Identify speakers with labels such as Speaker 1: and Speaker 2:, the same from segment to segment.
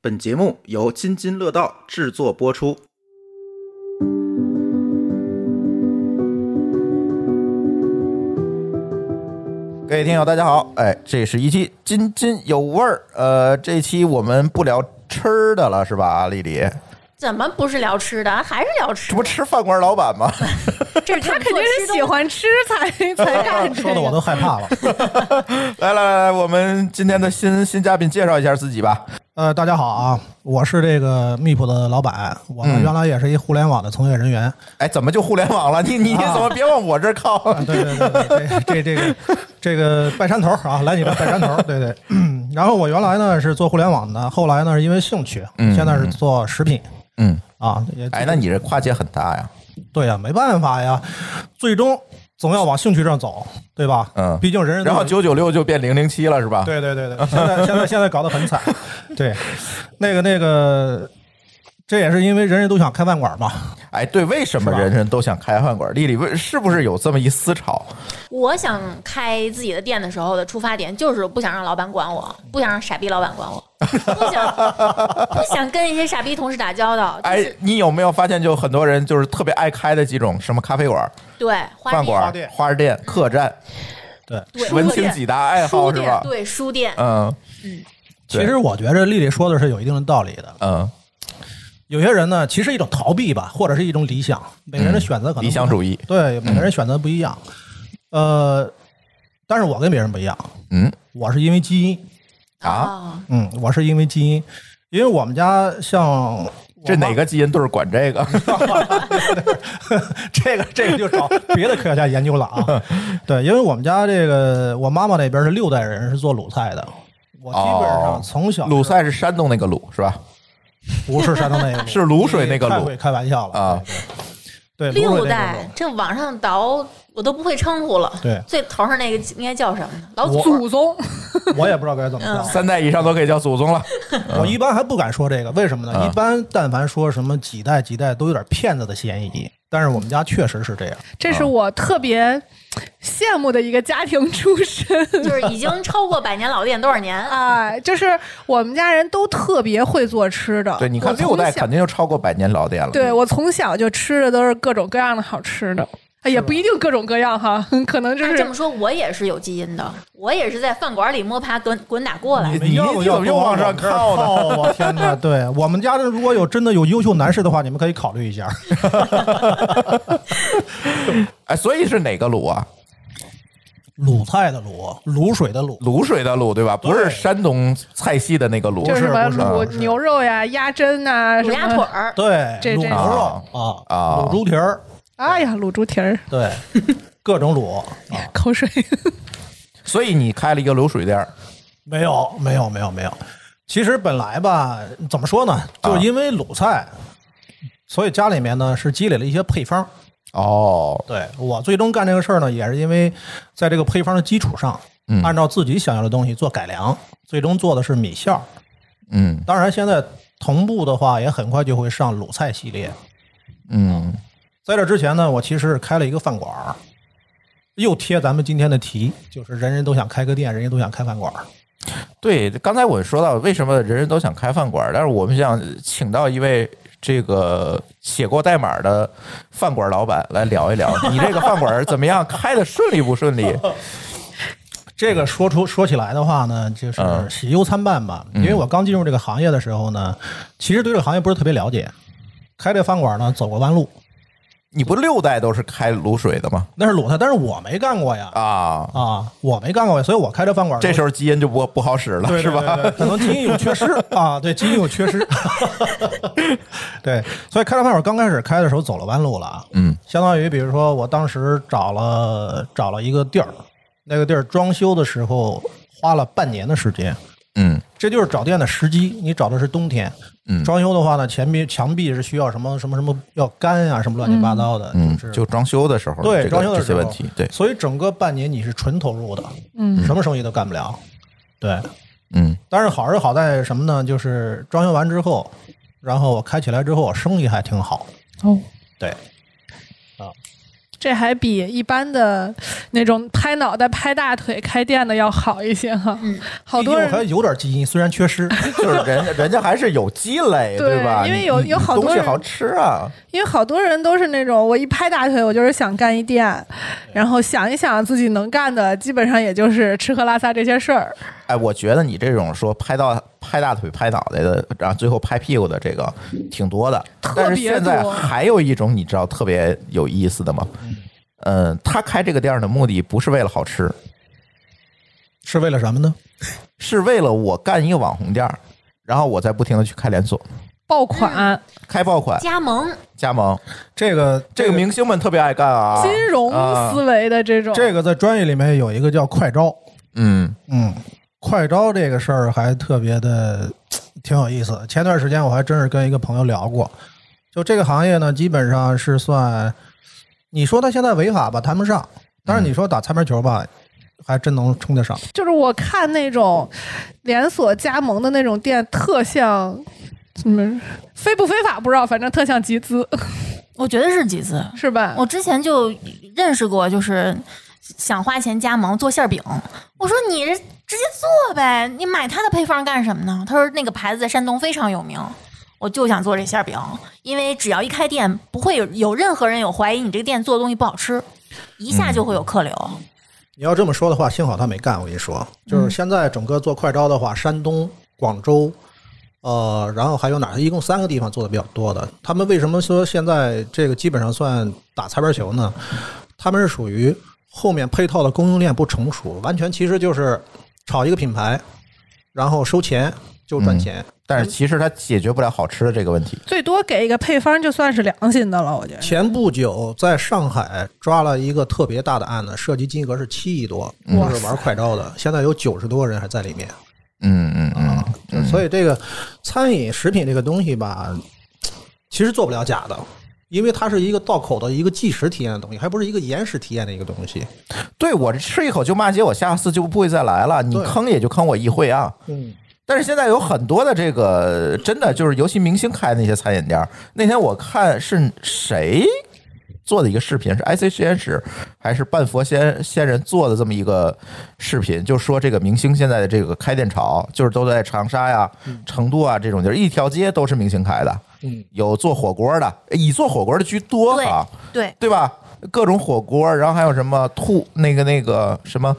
Speaker 1: 本节目由津津乐道制作播出。
Speaker 2: 各位听友，大家好！哎，这是一期津津有味儿。呃，这期我们不聊吃的了，是吧，丽丽？
Speaker 3: 怎么不是聊吃的， 还是聊吃
Speaker 2: 这？不吃饭馆老板吗？
Speaker 3: 这是
Speaker 4: 他肯定是喜欢吃才 才 干这
Speaker 5: 说的我
Speaker 4: 个。
Speaker 5: 都害 怕了。
Speaker 2: 来来来来，我们今天的新新嘉宾介绍一下自己吧。
Speaker 5: 呃，大家好啊，我是这个密普的老板，我
Speaker 2: 嗯
Speaker 5: 们原来也是一互联网的从业人员。
Speaker 2: 哎，怎么就互联网了？你你你
Speaker 1: 啊
Speaker 2: 怎么别往我这儿靠？
Speaker 5: 啊，对对对对，这这 这个这个拜山头啊，来你这拜山头，对对。嗯然后我原来呢是做互联网的，后来呢是因为兴趣，
Speaker 2: 嗯
Speaker 5: 现在是做食品
Speaker 2: 嗯，
Speaker 5: 啊。也
Speaker 2: 哎，那你这跨界很大呀。
Speaker 5: 对呀、没办法呀，最终总要往兴趣上走，对吧？
Speaker 2: 嗯
Speaker 5: 毕竟人人都
Speaker 2: 然后
Speaker 5: 有
Speaker 2: 九九六就变零零七了，是吧？，
Speaker 5: 对 对对对，现在现在现在搞得很惨，对，那个那个，这也是因为人人都想开饭馆嘛，
Speaker 2: 哎，对，为什么
Speaker 5: 是吧
Speaker 2: 人人都想开饭馆？丽丽为是不是有这么一思潮？
Speaker 3: 我想开自己的店的时候的出发点就是不想让老板管我，不想让傻逼老板 管我，不想不想跟一些傻逼同事打交道。就
Speaker 2: 哎
Speaker 3: 是，
Speaker 2: 你有没有发现，就很多人就是特别爱开的几种什么咖啡馆、
Speaker 3: 对，花
Speaker 2: 饭
Speaker 3: 店
Speaker 2: 馆、花店、客栈，
Speaker 5: 对。
Speaker 3: 对
Speaker 2: 文
Speaker 3: 书
Speaker 2: 青
Speaker 3: 店
Speaker 2: 几大爱好
Speaker 3: 书
Speaker 2: 是
Speaker 3: 店
Speaker 2: 吧？
Speaker 3: 对，书店。
Speaker 2: 嗯对
Speaker 5: 其实我觉着丽丽说的是有一定的道理的。
Speaker 2: 嗯，
Speaker 5: 有些人呢，其实一种逃避吧，或者是一种理想，每个人的选择可能不
Speaker 2: 嗯理想主义，嗯
Speaker 5: 对，每个人选择不一样。呃，但是我跟别人不一样，
Speaker 2: 嗯
Speaker 5: 我是因为基因，
Speaker 2: 啊，
Speaker 3: 哦，
Speaker 5: 嗯，我是因为基因，因为我们家像
Speaker 2: 这哪个基因队儿管这个？
Speaker 5: 这个这个就找 别的科学家研究 了啊。对，因为我们家这个我妈妈那边是六代人是做鲁菜的，我基本
Speaker 2: 哦
Speaker 5: 上从小
Speaker 2: 鲁菜是山东那个鲁是吧？
Speaker 5: 不是山东那个 鲁，
Speaker 2: 是卤水那个
Speaker 5: 太
Speaker 2: 卤
Speaker 5: 会开玩笑了
Speaker 2: 啊！
Speaker 5: 对，对
Speaker 3: 六。
Speaker 5: 对卤水那个
Speaker 3: 代
Speaker 5: 鲁，
Speaker 3: 这网上倒我都不会称呼了。
Speaker 5: 对
Speaker 3: 最头上那个应该叫什么呢？老祖儿
Speaker 4: 祖宗，
Speaker 5: 我也不知道该怎么
Speaker 4: 嗯
Speaker 5: 叫。
Speaker 2: 三代以上都可以叫祖宗了。
Speaker 5: 我一般还不敢说这个，为什么呢？
Speaker 2: 啊
Speaker 5: 一般但凡说什么几代几代，都有点骗子的嫌疑。但是我们家确实是这样，
Speaker 4: 这是我特别羡慕的一个家庭出身。
Speaker 3: 就是已经超过百年老店多少年啊？
Speaker 4: 哎，就是我们家人都特别会做吃的。
Speaker 2: 对，你看
Speaker 4: 我从
Speaker 2: 六代
Speaker 4: 小
Speaker 2: 肯定就超过百年老店了。
Speaker 4: 对我从小就吃的都是各种各样的好吃的，哎也不一定各种各样哈，很可能就
Speaker 3: 那
Speaker 4: 是
Speaker 3: 这么说，我也是有基因的，我也是在饭馆里摸爬滚滚打过来的。
Speaker 2: 你
Speaker 5: 要不
Speaker 2: 你怎么又往上靠呢
Speaker 5: 哦，我天哪！对我们家的，如果有真的有优秀男士的话，你们可以考虑一下。
Speaker 2: 哎，所以是哪个鲁啊？
Speaker 5: 鲁菜的鲁，卤水的卤，
Speaker 2: 卤水的卤对吧？不是
Speaker 5: 对
Speaker 2: 山东菜系的那个鲁
Speaker 4: 就是什么
Speaker 5: 不是不
Speaker 4: 卤
Speaker 5: 是
Speaker 4: 牛肉呀、鸭胗呐、
Speaker 3: 卤
Speaker 4: 什
Speaker 3: 鸭腿
Speaker 4: 么
Speaker 3: 儿，
Speaker 5: 对，
Speaker 4: 这
Speaker 5: 卤
Speaker 4: 这
Speaker 5: 牛肉啊
Speaker 2: 啊
Speaker 5: 卤猪蹄儿，
Speaker 4: 哎呀，卤猪蹄儿，
Speaker 5: 对，各种卤。
Speaker 4: 口水。
Speaker 2: 所以你开了一个卤水店儿，
Speaker 5: 没有，没有，没有，没有。其实本来吧，怎么说呢，
Speaker 2: 啊
Speaker 5: 就是因为鲁菜，所以家里面呢是积累了一些配方。
Speaker 2: 哦，
Speaker 5: 对我最终干这个事儿呢，也是因为在这个配方的基础上，
Speaker 2: 嗯
Speaker 5: 按照自己想要的东西做改良，最终做的是米线儿。
Speaker 2: 嗯
Speaker 5: 当然，现在同步的话，也很快就会上鲁菜系列。
Speaker 2: 嗯，
Speaker 5: 在这之前呢，我其实是开了一个饭馆儿，又贴咱们今天的题，就是人人都想开个店，人人都想开饭馆儿。
Speaker 2: 对，刚才我说到为什么人人都想开饭馆儿，但是我们想请到一位这个写过代码的饭馆老板来聊一聊，你这个饭馆儿怎么样，开的顺利不顺利？
Speaker 5: 这个说出说起来的话呢，就是
Speaker 2: 嗯
Speaker 5: 喜忧参半吧。因为我刚进入这个行业的时候呢，其实对这个行业不是特别了解，开这饭馆呢走过弯路，
Speaker 2: 你不六代都是开卤水的吗？
Speaker 5: 那是鲁菜，但是我没干过呀，
Speaker 2: 啊，
Speaker 5: 啊，我没干过呀，所以我开这饭馆
Speaker 2: 这时
Speaker 5: 候。
Speaker 2: 候基因就不不好使了，
Speaker 5: 对
Speaker 2: 是吧？？
Speaker 5: 对对对可能基因有缺失 啊，对，基因有缺失。对，所以开这饭馆刚开始开的时候走了弯路了啊。
Speaker 2: 嗯，
Speaker 5: 相当于比如说我当时找了找了一个地儿，那个地儿装修的时候花了半年的时间。
Speaker 2: 嗯
Speaker 5: 这就是找店的时机，你找的是冬天。
Speaker 2: 嗯
Speaker 5: 装修的话呢，前壁墙壁是需要什么什么什么要干呀、什么乱七八糟的，
Speaker 2: 嗯
Speaker 5: 是，
Speaker 2: 就装修的时候，这
Speaker 5: 对、
Speaker 2: 个
Speaker 5: 装修的
Speaker 2: 这
Speaker 5: 时
Speaker 2: 些
Speaker 5: 候
Speaker 2: 问题，对，
Speaker 5: 所以整个半年你是纯投入的，
Speaker 4: 嗯，
Speaker 5: 什么生意都干不了。对，
Speaker 2: 嗯
Speaker 5: 但是好是好在什么呢？就是装修完之后，然后我开起来之后，我生意还挺好。
Speaker 4: 哦，
Speaker 5: 对，
Speaker 4: 这还比一般的那种拍脑袋、拍大腿、开店的要好一些哈。
Speaker 3: 嗯
Speaker 4: 好多
Speaker 5: 毕竟我还
Speaker 4: 人
Speaker 5: 有点基因，虽然缺失。
Speaker 2: 就是人家人家还是有积累，
Speaker 4: 对
Speaker 2: 吧？
Speaker 4: 因为
Speaker 2: 你
Speaker 4: 有
Speaker 2: 你
Speaker 4: 有好多
Speaker 2: 东西
Speaker 4: 人
Speaker 2: 好吃啊，
Speaker 4: 因为好多人都是那种，我一拍大腿，我就是想干一店，然后想一想自己能干的，基本上也就是吃喝拉撒这些事儿。
Speaker 2: 哎，我觉得你这种说拍到拍大腿、拍脑袋的，然后最后拍屁股的这个挺多的。
Speaker 4: 特别
Speaker 2: 但是现在
Speaker 4: 多
Speaker 2: 还有一种你知道特别有意思的吗？嗯，他开这个店儿的目的不是为了好吃，
Speaker 5: 是为了什么呢？
Speaker 2: 是为了我干一个网红店儿，然后我再不停的去开连锁、
Speaker 4: 爆款、
Speaker 2: 开爆款、
Speaker 3: 加盟，
Speaker 2: 加盟。
Speaker 5: 这个
Speaker 2: 这个明星们特别爱干啊，
Speaker 4: 金融
Speaker 2: 啊
Speaker 4: 思维的这种，
Speaker 5: 这个在专业里面有一个叫快招，
Speaker 2: 嗯
Speaker 5: 嗯，快招这个事儿还特别的挺有意思。前段时间我还真是跟一个朋友聊过，就这个行业呢，基本上是算，你说他现在违法吧，谈不上；但是你说打擦边球吧，还真能冲得上。
Speaker 4: 就是我看那种连锁加盟的那种店，特像什么非不非法不知道，反正特像集资，
Speaker 3: 我觉得是几次。
Speaker 4: 是吧？
Speaker 3: 我之前就认识过，就是想花钱加盟做馅儿饼。我说你直接做呗，你买它的配方干什么呢？他说那个牌子在山东非常有名。我就想做这馅儿饼，因为只要一开店，不会有有任何人有怀疑你这个店做的东西不好吃，一下就会有客流。
Speaker 5: 你要这么说的话，幸好他没干。我跟你说，就是现在整个做快招的话，山东、广州，呃，然后还有哪儿？一共三个地方做的比较多的。他们为什么说现在这个基本上算打擦边球呢？他们是属于后面配套的供应链不成熟，完全其实就是炒一个品牌，然后收钱就赚钱。
Speaker 2: 但是其实它解决不了好吃的这个问题。
Speaker 4: 最多给一个配方就算是良心的了，我觉得。
Speaker 5: 前不久在上海抓了一个特别大的案子，涉及金额是七亿多，
Speaker 4: 哇
Speaker 5: 就是玩快招的，现在有九十多个人还在里面。
Speaker 2: 嗯嗯嗯
Speaker 5: 啊，就所以这个餐饮食品这个东西吧，其实做不了假的，因为它是一个到口的一个即时体验的东西，还不是一个延时体验的一个东西。
Speaker 2: 对我吃一口就骂街，我下次就不会再来了。你
Speaker 5: 对
Speaker 2: 坑也就坑我一回啊。
Speaker 5: 嗯，
Speaker 2: 但是现在有很多的这个真的就是，尤其明星开的那些餐饮店儿。那天我看是谁做的一个视频，是 IC 实验室还是半佛仙仙人做的这么一个视频，就说这个明星现在的这个开店潮，就是都在长沙呀、成都啊这种地儿，一条街都是明星开的。
Speaker 5: 嗯，
Speaker 2: 有做火锅的，以做火锅的居多
Speaker 3: 对
Speaker 2: 啊。
Speaker 3: 对，
Speaker 2: 对吧？各种火锅，然后还有什么兔那个那个什么，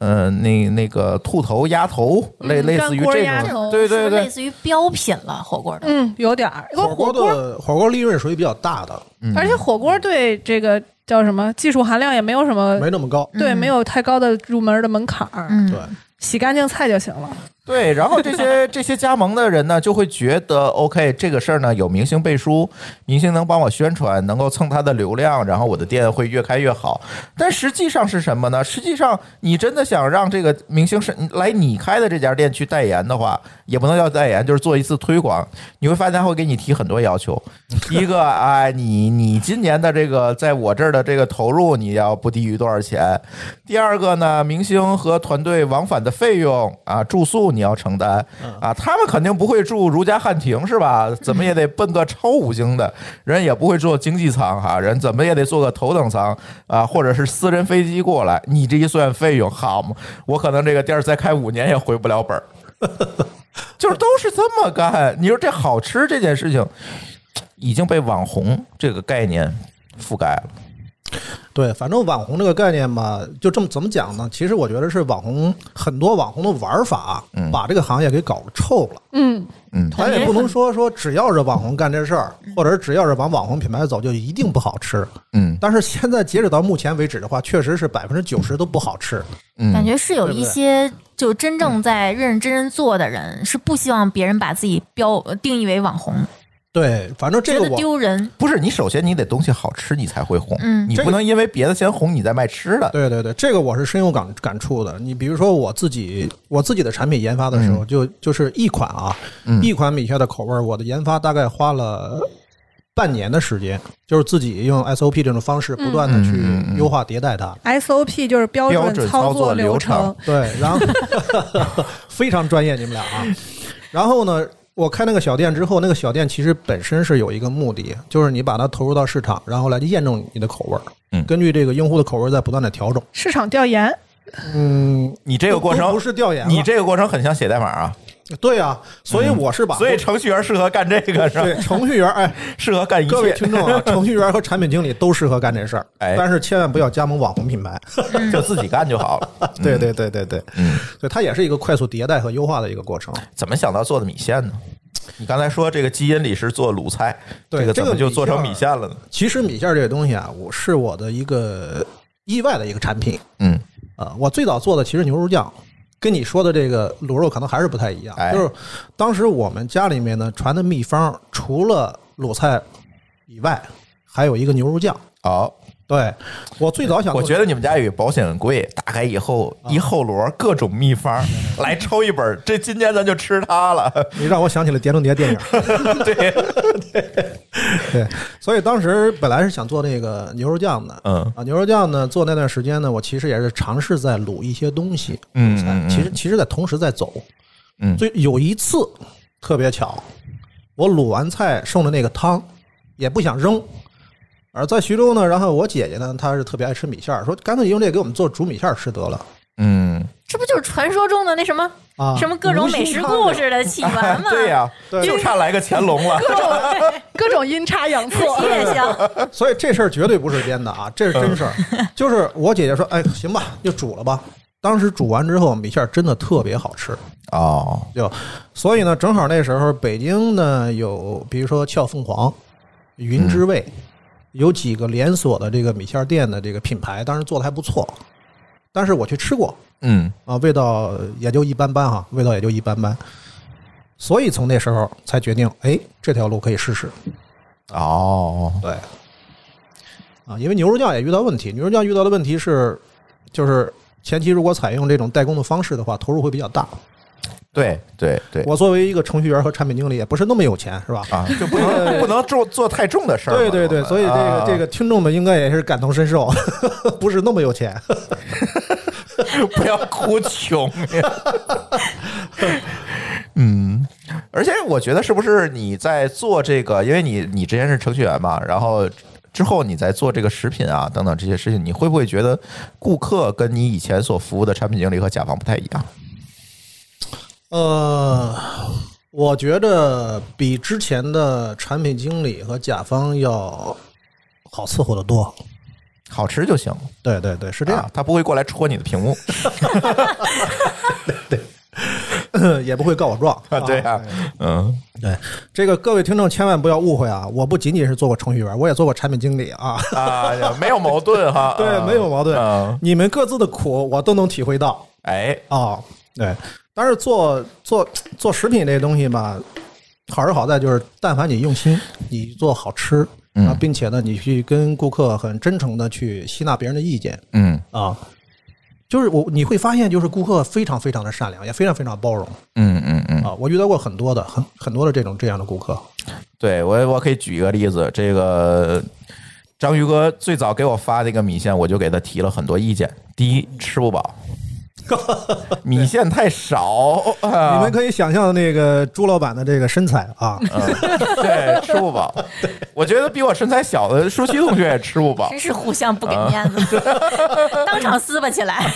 Speaker 2: 呃，那那个兔头、鸭头，类类似于
Speaker 4: 嗯干锅
Speaker 2: 这
Speaker 4: 鸭
Speaker 2: 种，
Speaker 4: 头
Speaker 2: 对
Speaker 3: 是
Speaker 2: 对
Speaker 3: 不是类
Speaker 2: 对，
Speaker 3: 似于标品了火锅的。
Speaker 4: 嗯，有点儿。因为
Speaker 5: 火
Speaker 4: 火
Speaker 5: 锅
Speaker 4: 锅，
Speaker 5: 的火锅利润属于比较大的，
Speaker 4: 而且火锅对这个叫什么技术含量也没有什么，
Speaker 5: 没那么高。
Speaker 4: 对，
Speaker 3: 嗯
Speaker 4: 没有太高的入门的门槛儿，
Speaker 3: 嗯
Speaker 5: 对，
Speaker 4: 洗干净菜就行了。
Speaker 2: 对。然后这些这些加盟的人呢，就会觉得 OK，这个事儿呢有明星背书，明星能帮我宣传，能够蹭他的流量，然后我的店会越开越好。但实际上是什么呢？实际上你真的想让这个明星是来你开的这家店去代言的话，也不能叫代言，就是做一次推广。你会发现他会给你提很多要求，第一个哎，你你今年的这个在我这儿的这个投入，你要不低于多少钱？第二个呢，明星和团队往返的费用啊，住宿你要承担啊，他们肯定不会住如家汉庭是吧？怎么也得奔个超五星的，人也不会坐经济舱哈、人怎么也得坐个头等舱啊，或者是私人飞机过来。你这一算费用，好嘛，我可能这个店儿再开五年也回不了本儿。 就是都是这么干。你说这好吃这件事情，已经被网红这个概念覆盖了。
Speaker 5: 对，反正网红这个概念吧，就这么怎么讲呢？其实我觉得是网红很多网红的玩法，啊把这个行业给搞臭了。
Speaker 4: 嗯，
Speaker 2: 嗯，
Speaker 5: 咱也不能说说只要是网红干这事儿，或者是只要是往网红品牌走，就一定不好吃。
Speaker 2: 嗯
Speaker 5: 但是现在截止到目前为止的话，确实是百分之九十都不好吃。
Speaker 3: 感
Speaker 2: 嗯，
Speaker 3: 觉是有
Speaker 5: 对不
Speaker 3: 一
Speaker 5: 对
Speaker 3: 些就真正在认认真真做的人，是不希望别人把自己标呃定义为网红，
Speaker 5: 对，反正这
Speaker 3: 觉
Speaker 5: 个
Speaker 3: 得
Speaker 5: 我
Speaker 3: 丢人。
Speaker 2: 不是你首先你得东西好吃，你才会红。
Speaker 3: 嗯
Speaker 2: 你
Speaker 5: 这
Speaker 2: 不
Speaker 5: 个
Speaker 2: 能因为别的先红，你再卖吃的。
Speaker 5: 对对对，这个我是深有感感触的。你比如说我自己，我自己的产品研发的时候，就就是一款啊，
Speaker 2: 嗯
Speaker 5: 一款米线的口味儿，我的研发大概花了半年的时间，就是自己用 SOP 这种方式不断的去
Speaker 2: 嗯嗯嗯嗯
Speaker 5: 优化迭代它。
Speaker 4: SOP 就是标
Speaker 2: 标准
Speaker 4: 准
Speaker 2: 操
Speaker 4: 操
Speaker 2: 作
Speaker 4: 作
Speaker 2: 流
Speaker 4: 流
Speaker 2: 程
Speaker 4: 程，
Speaker 5: 对，然后非常专业你们俩啊。然后呢，我开那个小店之后，那个小店其实本身是有一个目的，就是你把它投入到市场，然后来验证你的口味儿。
Speaker 2: 嗯
Speaker 5: 根据这个用户的口味儿在不断的调整。
Speaker 4: 市场调研，
Speaker 5: 嗯，
Speaker 2: 你这个过
Speaker 5: 都
Speaker 2: 程
Speaker 5: 不是调研了，
Speaker 2: 你这个过程很像写代码啊，
Speaker 5: 对啊，所
Speaker 2: 嗯
Speaker 5: 以我是把
Speaker 2: 所以程序员适合干这个是吧？
Speaker 5: 对程序员，哎，
Speaker 2: 适合干一
Speaker 5: 各位
Speaker 2: 切，
Speaker 5: 听众啊，程序员和产品经理都适合干这事儿，
Speaker 2: 哎
Speaker 5: 但是千万不要加盟网红品牌。
Speaker 2: 就自己干就好了。
Speaker 5: 对对对对对，
Speaker 2: 嗯，
Speaker 5: 所以它也是一个快速迭代和优化的一个过程。
Speaker 2: 怎么想到做的米线呢？你刚才说这个基因里是做卤菜，
Speaker 5: 对
Speaker 2: 这个
Speaker 5: 这
Speaker 2: 怎
Speaker 5: 个
Speaker 2: 么就做成
Speaker 5: 米
Speaker 2: 米
Speaker 5: 线
Speaker 2: 线了呢？
Speaker 5: 其实米线这个东西啊，我是我的一个意外的一个产品
Speaker 2: 嗯，
Speaker 5: 啊、我最早做的其实牛肉酱，跟你说的这个卤肉可能还是不太一样。
Speaker 2: 哎
Speaker 5: 就是当时我们家里面呢传的秘方，除了卤菜以外，还有一个牛肉酱。
Speaker 2: 好，
Speaker 5: 对我最早想做，
Speaker 2: 哎
Speaker 5: 啊
Speaker 2: 我觉得你们家有保险柜，打开以后一后摞各种秘方，来抽一本，这今天咱就吃它了。
Speaker 5: 你让我想起了《碟中谍》电影。
Speaker 2: 对，
Speaker 5: 对，所以当时本来是想做那个牛肉酱的，
Speaker 2: 嗯
Speaker 5: 啊，牛肉酱呢，做那段时间呢，我其实也是尝试在卤一些东西，
Speaker 2: 嗯嗯嗯
Speaker 5: 哎其实其实在同时在走，
Speaker 2: 嗯
Speaker 5: 所以有一次特别巧，我卤完菜剩的那个汤也不想扔。而在徐州呢，然后我姐姐呢，她是特别爱吃米线儿，说干脆用这个给我们做煮米线儿吃得了
Speaker 2: 嗯，
Speaker 3: 这不就是传说中的那什么
Speaker 5: 啊，
Speaker 3: 什么各种美食故
Speaker 5: 事，
Speaker 3: 事的起源吗？
Speaker 2: 对呀、
Speaker 5: 对
Speaker 2: 就差来个乾隆 了。
Speaker 4: 各种各种阴差阳错，
Speaker 3: 月香，
Speaker 5: 哎所以这事儿绝对不是编的啊，这是真事儿。
Speaker 2: 嗯
Speaker 5: 就是我姐姐说，哎，行吧，就煮了吧。当时煮完之后，米线儿真的特别好吃，
Speaker 2: 哦，
Speaker 5: 就，所以呢，正好那时候北京呢有，比如说俏凤凰、云之味，有几个连锁的这个米线店的这个品牌，当时做的还不错，但是我去吃过
Speaker 2: 嗯，
Speaker 5: 啊，味道也就一般般哈，味道也就一般般。所以从那时候才决定，哎，这条路可以试试。
Speaker 2: 哦，
Speaker 5: 对，啊，因为牛肉酱也遇到问题，牛肉酱遇到的问题是，就是前期如果采用这种代工的方式的话，投入会比较大。
Speaker 2: 对对对，
Speaker 5: 我作为一个程序员和产品经理，也不是那么有钱，是吧？
Speaker 2: 啊，就不能不能做做太重的事儿嘛。
Speaker 5: 对对对，
Speaker 2: 我们
Speaker 5: 所以这个
Speaker 2: 啊
Speaker 5: 这个听众们应该也是感同身受， 不是那么有钱。
Speaker 2: 不要哭穷 呀。嗯，而且我觉得是不是你在做这个，因为你你之前是程序员嘛，然后之后你在做这个食品啊等等这些事情，你会不会觉得顾客跟你以前所服务的产品经理和甲方不太一样？
Speaker 5: 呃，我觉得比之前的产品经理和甲方要好伺候的多。
Speaker 2: 好吃就行了，
Speaker 5: 对对对，是这样
Speaker 2: 啊，，他不会过来戳你的屏幕
Speaker 5: 也不会告我状。
Speaker 2: 啊，对啊，嗯，
Speaker 5: 对，这个各位听众千万不要误会啊！我不仅仅是做过程序员，我也做过产品经理啊。
Speaker 2: 啊，没有矛盾哈，
Speaker 5: 对，
Speaker 2: 啊
Speaker 5: 没有矛盾
Speaker 2: 啊，
Speaker 5: 你们各自的苦我都能体会到。
Speaker 2: 哎，
Speaker 5: 哦，对，但是做做做食品这东西吧，好是好在就是，但凡你用心，你做好吃，
Speaker 2: 嗯
Speaker 5: 啊，并且呢，你去跟顾客很真诚的去吸纳别人的意见
Speaker 2: 嗯
Speaker 5: 啊，就是我你会发现，就是顾客非常非常的善良，也非常非常包容
Speaker 2: 嗯嗯嗯，
Speaker 5: 啊。我遇到过很多的很很多的这种这样的顾客，
Speaker 2: 对我，我可以举一个例子，这个章鱼哥最早给我发那个米线，我就给他提了很多意见。第一，吃不饱，米线太少
Speaker 5: 你
Speaker 2: 啊
Speaker 5: 们，可以想象那个朱老板的这个身材啊，
Speaker 2: 对，吃不饱。我觉得比我身材小的舒淇同学也吃不饱
Speaker 3: 真。是互相不给面 子， 当场撕巴起来。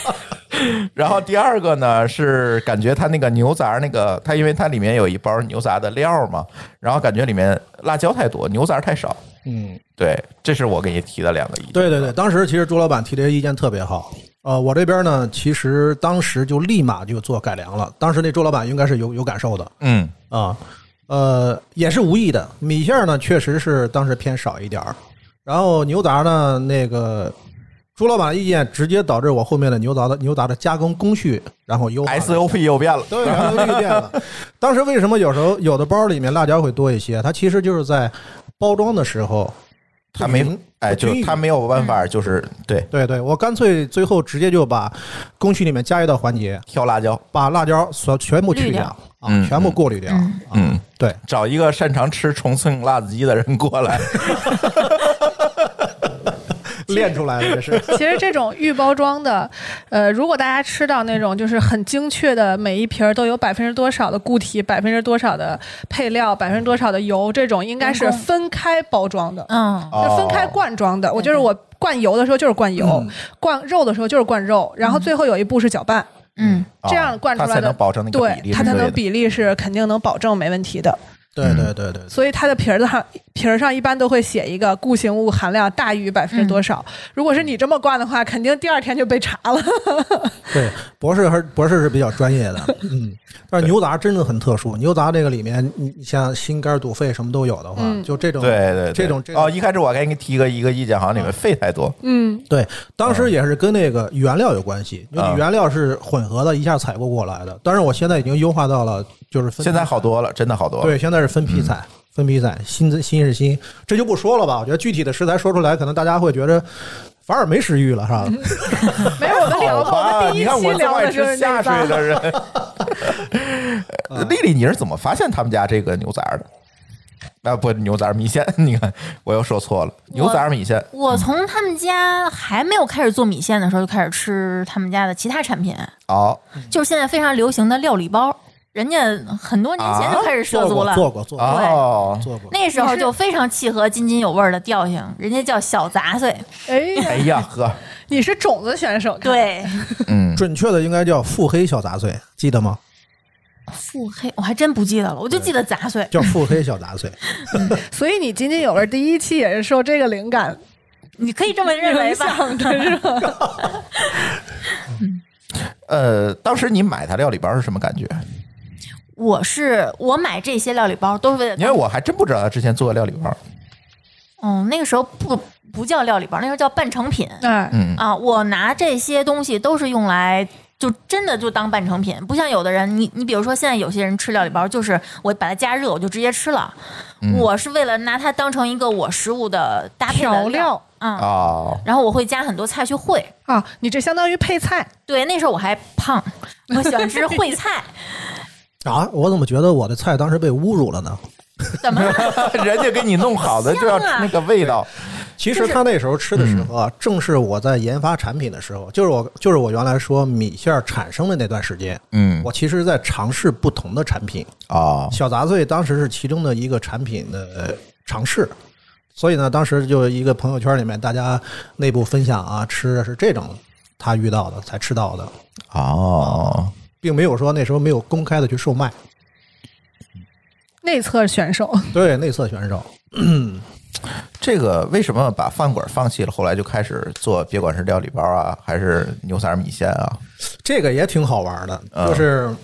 Speaker 2: 然后第二个呢是感觉它那个牛杂那个，它因为它里面有一包牛杂的料嘛，然后感觉里面辣椒太多，牛杂太少。
Speaker 5: 嗯，
Speaker 2: 对，这是我给你提的两个意见。
Speaker 5: 对对对，当时其实朱老板提这些意见特别好。呃，我这边呢，其实当时就立马就做改良了。当时那朱老板应该是有有感受的
Speaker 2: 嗯
Speaker 5: 啊，呃，也是无意的。米线呢，确实是当时偏少一点儿，然后牛杂呢，那个朱老板的意见直接导致我后面的牛杂的牛杂的加工工序，然后优化了
Speaker 2: ，SOP 又变了。
Speaker 5: 对，然后就变 了。当时为什么有时候有的包里面辣椒会多一些？它其实就是在包装的时候，
Speaker 2: 他没哎，
Speaker 5: 均
Speaker 2: 就
Speaker 5: 匀
Speaker 2: 他没有办法，就是对
Speaker 5: 对对，我干脆最后直接就把工序里面加一道环节，
Speaker 2: 挑辣椒，啊
Speaker 5: 把辣椒所全部去
Speaker 3: 滤
Speaker 5: 掉
Speaker 3: 掉
Speaker 5: 啊，
Speaker 2: 嗯
Speaker 5: 全部过滤掉。
Speaker 3: 嗯
Speaker 5: 啊
Speaker 2: 嗯，
Speaker 5: 对，
Speaker 2: 找一个擅长吃重庆辣子鸡的人过来，
Speaker 5: 练出来的这
Speaker 2: 嗯
Speaker 5: 是。
Speaker 4: 其实这种预包装的，呃，如果大家吃到那种就是很精确的，每一瓶儿都有百分之多少的固体，百分之多少的配料，百分之多少的油，这种应该是
Speaker 3: 人工
Speaker 4: 分开包装的，
Speaker 5: 啊
Speaker 3: 嗯，
Speaker 2: 哦
Speaker 4: 就分开灌装的。我就是我灌油的时候就是灌油，
Speaker 2: 嗯
Speaker 4: 灌肉的时候就是灌肉，然后最后有一步是搅拌，
Speaker 3: 嗯，
Speaker 4: 这样灌出来的
Speaker 2: 哦它啊才能保证那个比例是
Speaker 4: 对，它才
Speaker 2: 对
Speaker 4: 能
Speaker 2: 的
Speaker 4: 比例是肯定能保证没问题的。
Speaker 5: 对对对对，
Speaker 4: 所以它的皮儿上皮儿上一般都会写一个固形物含量大于百分之多少。
Speaker 2: 嗯
Speaker 4: 如果是你这么灌的话，肯定第二天就被查 了。
Speaker 5: 对，博士还是博士是比较专业的，嗯，但是牛杂真的很特殊，牛杂这个里面，你你像心肝肚肺什么都有的话，
Speaker 4: 嗯
Speaker 5: 就这种
Speaker 2: 对对对
Speaker 5: 这种这种
Speaker 2: 哦，一开始我给你提个一个意见，好像你们费太多，
Speaker 4: 嗯，
Speaker 5: 对，当时也是跟那个原料有关系，就
Speaker 2: 啊
Speaker 5: 你原料是混合的，一下采购过来的。但是我现在已经优化到了，就是分
Speaker 2: 现在好多了，真的好多了。
Speaker 5: 对，现在是分批采，分批采，新的新是新，这就不说了吧。我觉得具体的食材说出来，可能大家会觉得反而没食欲了，是吧？
Speaker 4: 没哎有我们聊
Speaker 2: 好
Speaker 4: 过，我
Speaker 2: 吧，
Speaker 4: 们第
Speaker 2: 你
Speaker 4: 一
Speaker 2: 看
Speaker 4: 期
Speaker 2: 我这
Speaker 4: 聊
Speaker 2: 么爱
Speaker 4: 的就是
Speaker 2: 吃下水
Speaker 4: 那个。
Speaker 2: 的人。丽丽，你是怎么发现他们家这个牛杂的？啊，不，牛杂米线，你看我又说错了，牛杂米线。
Speaker 3: 我从他们家还没有开始做米线的时候，就开始吃他们家的其他产品，
Speaker 5: 嗯
Speaker 2: 哦，
Speaker 3: 就是现在非常流行的料理包，人家很多年前就开始涉
Speaker 5: 啊做
Speaker 3: 足了
Speaker 5: 过，。做过，做过，
Speaker 2: 哦，
Speaker 5: 做过。
Speaker 3: 那时候就非常契合津津有味儿的调性，人家叫小杂碎，
Speaker 4: 哎呀，
Speaker 2: 哎呀呵，
Speaker 4: 你是种子选手，看，
Speaker 3: 对，
Speaker 2: 嗯，
Speaker 5: 准确的应该叫腹黑小杂碎，记得吗？
Speaker 3: 腹黑，我还真不记得了，我就记得杂碎，
Speaker 5: 叫腹黑小 杂碎。
Speaker 4: 所以你津津有味第一期也是受这个灵感
Speaker 3: 你可以这么认为
Speaker 4: 影
Speaker 3: 吧？
Speaker 4: 响的，是 吧？
Speaker 2: 呃，当时你买它料理包是什么感觉？
Speaker 3: 我是我买这些料理包都是为
Speaker 2: 因
Speaker 3: 了，
Speaker 2: 为我还真不知道他之前做的料理包。
Speaker 3: 嗯，那个时候不不叫料理包，那时候叫半成品
Speaker 4: 哎，
Speaker 2: 嗯，
Speaker 3: 啊。我拿这些东西都是用来。就真的就当半成品，不像有的人，你你比如说现在有些人吃料理包，就是我把它加热，我就直接吃了。
Speaker 4: 嗯
Speaker 3: 我是为了拿它当成一个我食物的搭配的
Speaker 4: 调料
Speaker 3: 嗯，
Speaker 2: 哦，
Speaker 3: 然后我会加很多菜去烩。
Speaker 4: 啊，你这相当于配菜，
Speaker 3: 对，那时候我还胖， 我喜欢吃烩 菜，
Speaker 5: 啊，我怎么觉得我的菜当时被侮辱了呢？
Speaker 3: 怎么了？
Speaker 2: 人家给你弄好
Speaker 4: 啊
Speaker 2: 的就要吃那个味道，
Speaker 5: 其实他那时候吃的时候啊，正是我在研发产品的时候，就是我就是我原来说米线儿产生的那段时间，
Speaker 2: 嗯，
Speaker 5: 我其实在尝试不同的产品。
Speaker 2: 哦，
Speaker 5: 小杂碎当时是其中的一个产品的呃尝试，所以呢，当时就一个朋友圈里面大家内部分享啊，吃的是这种他遇到的才吃到的，
Speaker 2: 哦，
Speaker 5: 并没有说那时候没有公开的去售卖。
Speaker 4: 内测选手，
Speaker 5: 对，内测选手，
Speaker 2: 这个为什么把饭馆放弃了？后来就开始做，别管是料理包啊，还是牛杂米线啊，
Speaker 5: 这个也挺好玩的，就是。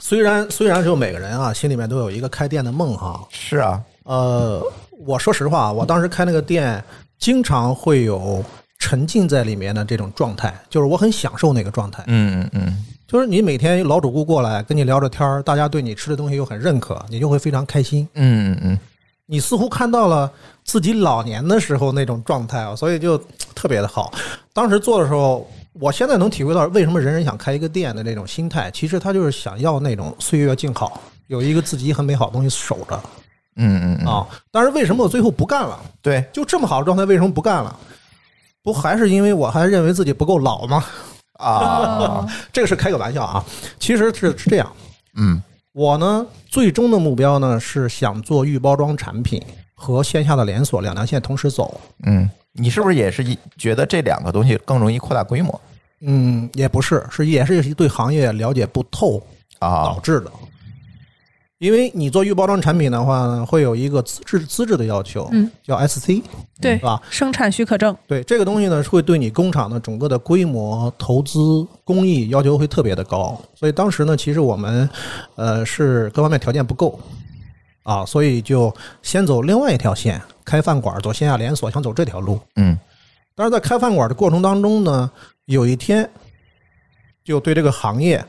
Speaker 5: 虽然虽然就每个人啊心里面都有一个开店的梦哈，
Speaker 2: 是啊，
Speaker 5: 呃，我说实话，啊我当时开那个店，经常会有沉浸在里面的这种状态，就是我很享受那个状态。
Speaker 2: 嗯嗯
Speaker 5: 就是你每天老主顾过来跟你聊着天儿，大家对你吃的东西又很认可，你就会非常开心。
Speaker 2: 嗯嗯嗯，
Speaker 5: 你似乎看到了自己老年的时候那种状态啊，所以就特别的好。当时做的时候，我现在能体会到为什么人人想开一个店的那种心态，其实他就是想要那种岁月静好，有一个自己很美好的东西守着
Speaker 2: 嗯嗯嗯，
Speaker 5: 啊。但是为什么我最后不干了？
Speaker 2: 对，
Speaker 5: 就这么好的状态，为什么不干了？不还是因为我还认为自己不够老吗？
Speaker 2: 啊，
Speaker 5: 这个是开个玩笑啊，其实是是这样。
Speaker 2: 嗯，
Speaker 5: 我呢，最终的目标呢是想做预包装产品和线下的连锁两条线同时走。
Speaker 2: 嗯，你是不是也是一觉得这两个东西更容易扩大规模
Speaker 5: 嗯，也不是，是也是对行业了解不透
Speaker 2: 啊
Speaker 5: 导？致的。因为你做预包装产品的话呢，会有一个资质资质的要求，
Speaker 4: 嗯，
Speaker 5: 叫 SC，
Speaker 4: 对
Speaker 2: 嗯
Speaker 5: 是
Speaker 2: 啊
Speaker 5: 吧？
Speaker 4: 生产许可证，
Speaker 5: 对这个东西呢，是会对你工厂的整个的规模、投资、工艺要求会特别的高。所以当时呢，其实我们呃是各方面条件不够啊，所以就先走另外一条线，开饭馆，走线下连锁，想走这条路。
Speaker 2: 嗯，
Speaker 5: 但是在开饭馆的过程当中呢，有一天就对这个行业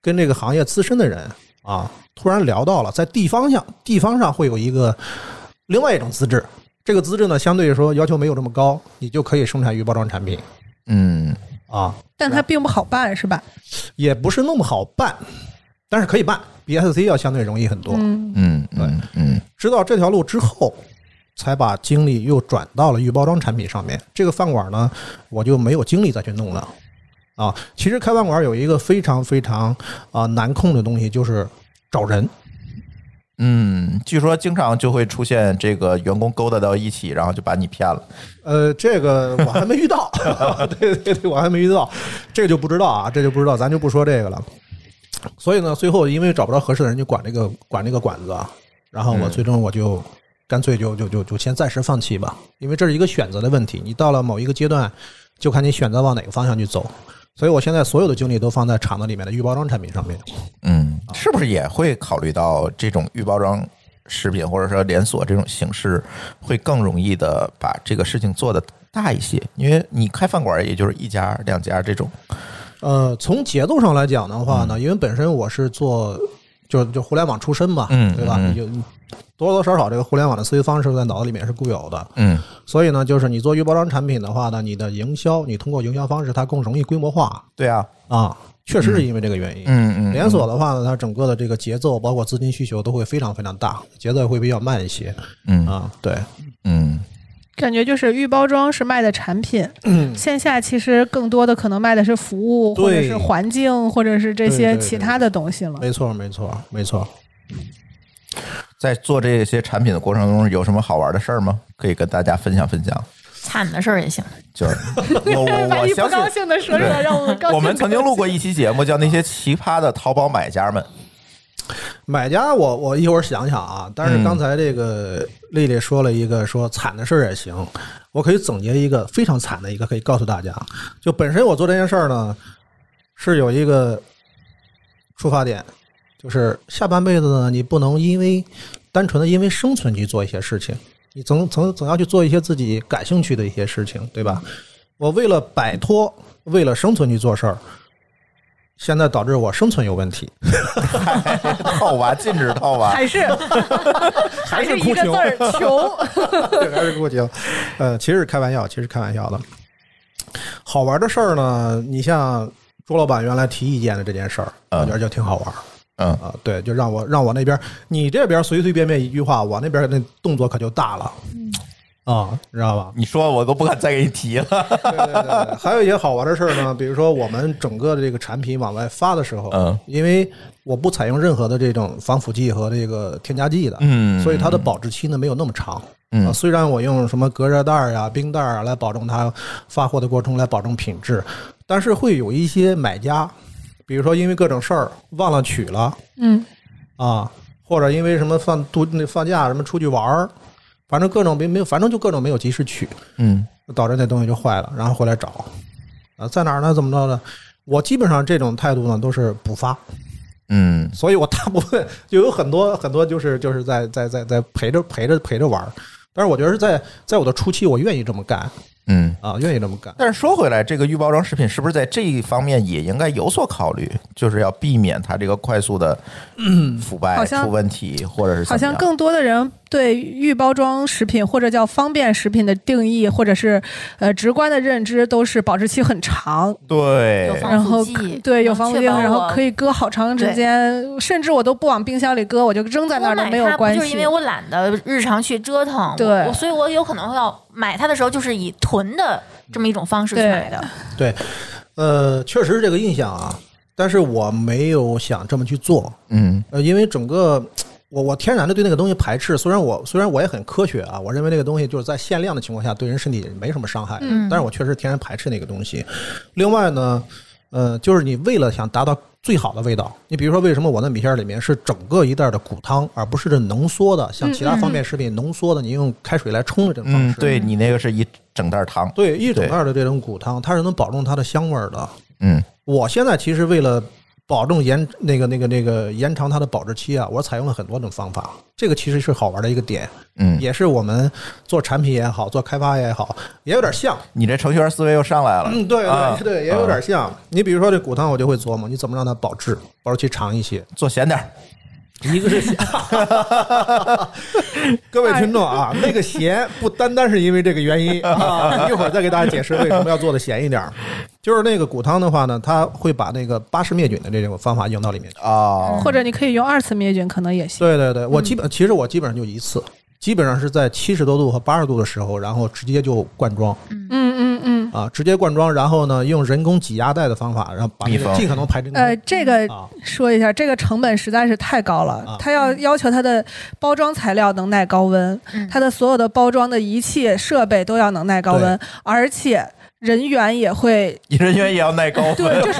Speaker 5: 跟这个行业资深的人啊，突然聊到了在地方上，地方上会有一个另外一种资质，这个资质呢相对来说要求没有这么高，你就可以生产预包装产品
Speaker 2: 嗯，
Speaker 5: 啊，
Speaker 4: 但它并不好办，是吧？
Speaker 5: 也不是那么好办，但是可以
Speaker 2: 啊
Speaker 5: 办，比 SC 要相对容易很多。
Speaker 4: 嗯，
Speaker 2: 嗯嗯嗯
Speaker 5: 知道这条路之后，才把精力又转到了预包装产品上面。这个饭馆呢，我就没有精力再去弄了。啊，其实开饭馆有一个非常非常啊、难控的东西，就是找人。
Speaker 2: 嗯，据说经常就会出现这个员工勾搭到一起，然后就把你骗了。
Speaker 5: 呃，这个我还没遇到，对对对，我还没遇到，这个就不知道啊，这就不知道，咱就不说这个了。所以呢，最后因为找不着合适的人就管这个管这个管子，啊，然后我
Speaker 2: 嗯
Speaker 5: 最终我就干脆就就就就先暂时放弃吧，因为这是一个选择的问题，你到了某一个阶段，就看你选择往哪个方向去走。所以我现在所有的精力都放在厂子里面的预包装产品上面。
Speaker 2: 嗯，是不是也会考虑到这种预包装食品或者说连锁这种形式，会更容易的把这个事情做得大一些？因为你开饭馆也就是一家两家这种，
Speaker 5: 呃，从节奏上来讲的话
Speaker 2: 嗯
Speaker 5: 呢，因为本身我是做就就互联网出身嘛，
Speaker 2: 嗯
Speaker 5: 对吧？
Speaker 2: 嗯嗯
Speaker 5: 你就多多少少这个互联网的思维方式在脑子里面是固有的，
Speaker 2: 嗯
Speaker 5: 所以呢，就是你做预包装产品的话呢，你的营销，你通过营销方式它更容易规模化
Speaker 2: 对啊，
Speaker 5: 啊，确实是因为这个原因。
Speaker 2: 嗯嗯，
Speaker 5: 连锁的话呢，它整个的这个节奏，包括资金需求都会非常非常大，节奏会比较慢一些
Speaker 2: 嗯
Speaker 5: 啊。 对，
Speaker 2: 嗯
Speaker 4: 感觉就是预包装是卖的产品，线下其实更多的可能卖的是服务，
Speaker 5: 对
Speaker 4: 或者是环境，或者是这
Speaker 5: 对对
Speaker 4: 些
Speaker 5: 对
Speaker 4: 其他的东西了。
Speaker 5: 没错，没错，没错。
Speaker 2: 在做这些产品的过程中，有什么好玩的事儿吗？可以跟大家分享分享。
Speaker 3: 惨的事儿也行。
Speaker 2: 就是我我我
Speaker 4: 万一不
Speaker 2: 相
Speaker 4: 高
Speaker 2: 信，
Speaker 4: 兴的说出
Speaker 2: 对
Speaker 4: 来，让我们高兴。
Speaker 2: 我们曾经录过一期节目，叫《那些奇葩的淘宝买家们》。
Speaker 5: 买家我，我一会儿想想啊。但是
Speaker 2: 嗯
Speaker 5: 刚才这个丽丽说了一个说惨的事儿也行，我可以总结一个非常惨的一个，可以告诉大家。就本身我做这件事儿呢，是有一个出发点，就是下半辈子呢，你不能因为单纯的因为生存去做一些事情，你总总总要去做一些自己感兴趣的一些事情，对吧？我为了摆脱，为了生存去做事儿，现在导致我生存有问题。
Speaker 2: 套娃禁止套娃，
Speaker 4: 还是还是一个字儿 穷。
Speaker 5: 这还是过节，呃，其实是开玩笑，其实是开玩笑的。好玩的事儿呢，你像朱老板原来提意见的这件事儿，我觉得就挺好玩儿
Speaker 2: 嗯
Speaker 5: 啊、对，就让我让我那边，你这边随随便便一句话，我那边那动作可就大了，
Speaker 4: 嗯
Speaker 5: 啊、你知道吧？
Speaker 2: 你说我都不敢再给你提了。
Speaker 5: 对对对对，还有一些好玩的事儿呢，比如说我们整个的这个产品往外发的时候，
Speaker 2: 嗯
Speaker 5: 因为我不采用任何的这种防腐剂和这个添加剂的，
Speaker 2: 嗯
Speaker 5: 所以它的保质期呢没有那么长。
Speaker 2: 嗯
Speaker 5: 啊，虽然我用什么隔热袋儿呀、冰袋儿啊来保证它发货的过程，来保证品质，但是会有一些买家，比如说因为各种事儿忘了取了
Speaker 4: 嗯，
Speaker 5: 啊，或者因为什么放度那放假什么出去玩儿，反正各种没没有，反正就各种没有及时取，
Speaker 2: 嗯
Speaker 5: 导致那东西就坏了，然后回来找，啊，在哪儿呢？怎么着呢？我基本上这种态度呢都是补发，
Speaker 2: 嗯
Speaker 5: 所以我大部分就有很多 很多就是就是在在在在陪着陪着陪着玩儿。但是我觉得是在在我的初期，我愿意这么干
Speaker 2: 嗯。
Speaker 5: 啊，愿意这么干。
Speaker 2: 但是说回来，这个预包装食品是不是在这一方面也应该有所考虑，就是要避免它这个快速的腐败、
Speaker 4: 好像
Speaker 2: 出问题，或者是
Speaker 4: 好
Speaker 2: 怎么
Speaker 4: 像
Speaker 2: 样
Speaker 4: 更多的人对预包装食品或者叫方便食品的定义，或者是呃直观的认知，都是保质期很长，
Speaker 3: 有
Speaker 2: 对
Speaker 3: 方
Speaker 4: 然后
Speaker 3: 防腐剂
Speaker 4: 对有
Speaker 3: 能
Speaker 4: 防腐
Speaker 3: 确
Speaker 4: 剂，
Speaker 3: 保
Speaker 4: 然后
Speaker 3: 我
Speaker 4: 可以搁好长时
Speaker 3: 对
Speaker 4: 间，甚至我都不往冰箱里搁，我就扔在那
Speaker 3: 我
Speaker 4: 儿都
Speaker 3: 买
Speaker 4: 没
Speaker 3: 它
Speaker 4: 有
Speaker 3: 不
Speaker 4: 关
Speaker 3: 就是因
Speaker 4: 系
Speaker 3: 为。我懒得日常去折腾，
Speaker 4: 对
Speaker 3: 我我所以我有可能要买它的时候，就是以囤的这么一种方式去
Speaker 4: 对
Speaker 3: 买的。
Speaker 5: 对，呃，确实是这个印象啊，但是我没有想这么去做，
Speaker 2: 嗯
Speaker 5: 呃，因为整个我我天然的对那个东西排斥，虽然我虽然我也很科学啊，我认为那个东西就是在限量的情况下对人身体没什么伤害，
Speaker 4: 嗯
Speaker 5: 但是我确实天然排斥那个东西。另外呢，呃，就是你为了想达到最好的味道，你比如说为什么我那米线里面是整个一袋的骨汤，而不是这浓缩的，像其他方便食品浓缩的，你用开水来冲的这种方
Speaker 2: 嗯，
Speaker 5: 式，
Speaker 2: 对你那个是一整袋糖，
Speaker 5: 对一整
Speaker 2: 对
Speaker 5: 袋的这种骨汤，它是能保证它的香味儿的。
Speaker 2: 嗯
Speaker 5: 我现在其实为了保证延那个那个那个延长它的保质期啊，我采用了很多种方法。这个其实是好玩的一个点，
Speaker 2: 嗯，
Speaker 5: 也是我们做产品也好，做开发也好，也有点像。
Speaker 2: 你这程序员思维又上来了，
Speaker 5: 嗯，对
Speaker 2: 啊
Speaker 5: 对对，也有点像。你比如说这骨汤，我就会琢磨你怎么让它保质，保质期长一些。
Speaker 2: 做咸点儿，
Speaker 5: 一个是咸， 各位听众 啊，那个咸不单单是因为这个原 因啊，一会儿再给大家解释为什么要做的咸一点儿。就是那个骨汤的话呢，它会把那个巴氏灭菌的这种方法用到里面去。
Speaker 2: 啊，
Speaker 4: 或者你可以用二次灭菌，可能也行。
Speaker 5: 嗯对对对，我基本、其实我基本上就一次，基本上是在七十多度和八十度的时候，然后直接就灌装
Speaker 4: 嗯嗯嗯，
Speaker 5: 啊，直接灌装，然后呢，用人工挤压带的方法，然后把那
Speaker 2: 密
Speaker 5: 个
Speaker 2: 封。
Speaker 5: 尽可能排真空。
Speaker 4: 呃，这个
Speaker 5: 啊，
Speaker 4: 说一下，这个成本实在是太高了
Speaker 5: 啊。
Speaker 4: 它要要求它的包装材料能耐高温，
Speaker 3: 嗯
Speaker 4: 它的所有的包装的仪器设备都要能耐高温，而且人员也会
Speaker 2: 人员也要耐高
Speaker 4: 对，
Speaker 2: 温，
Speaker 4: 就是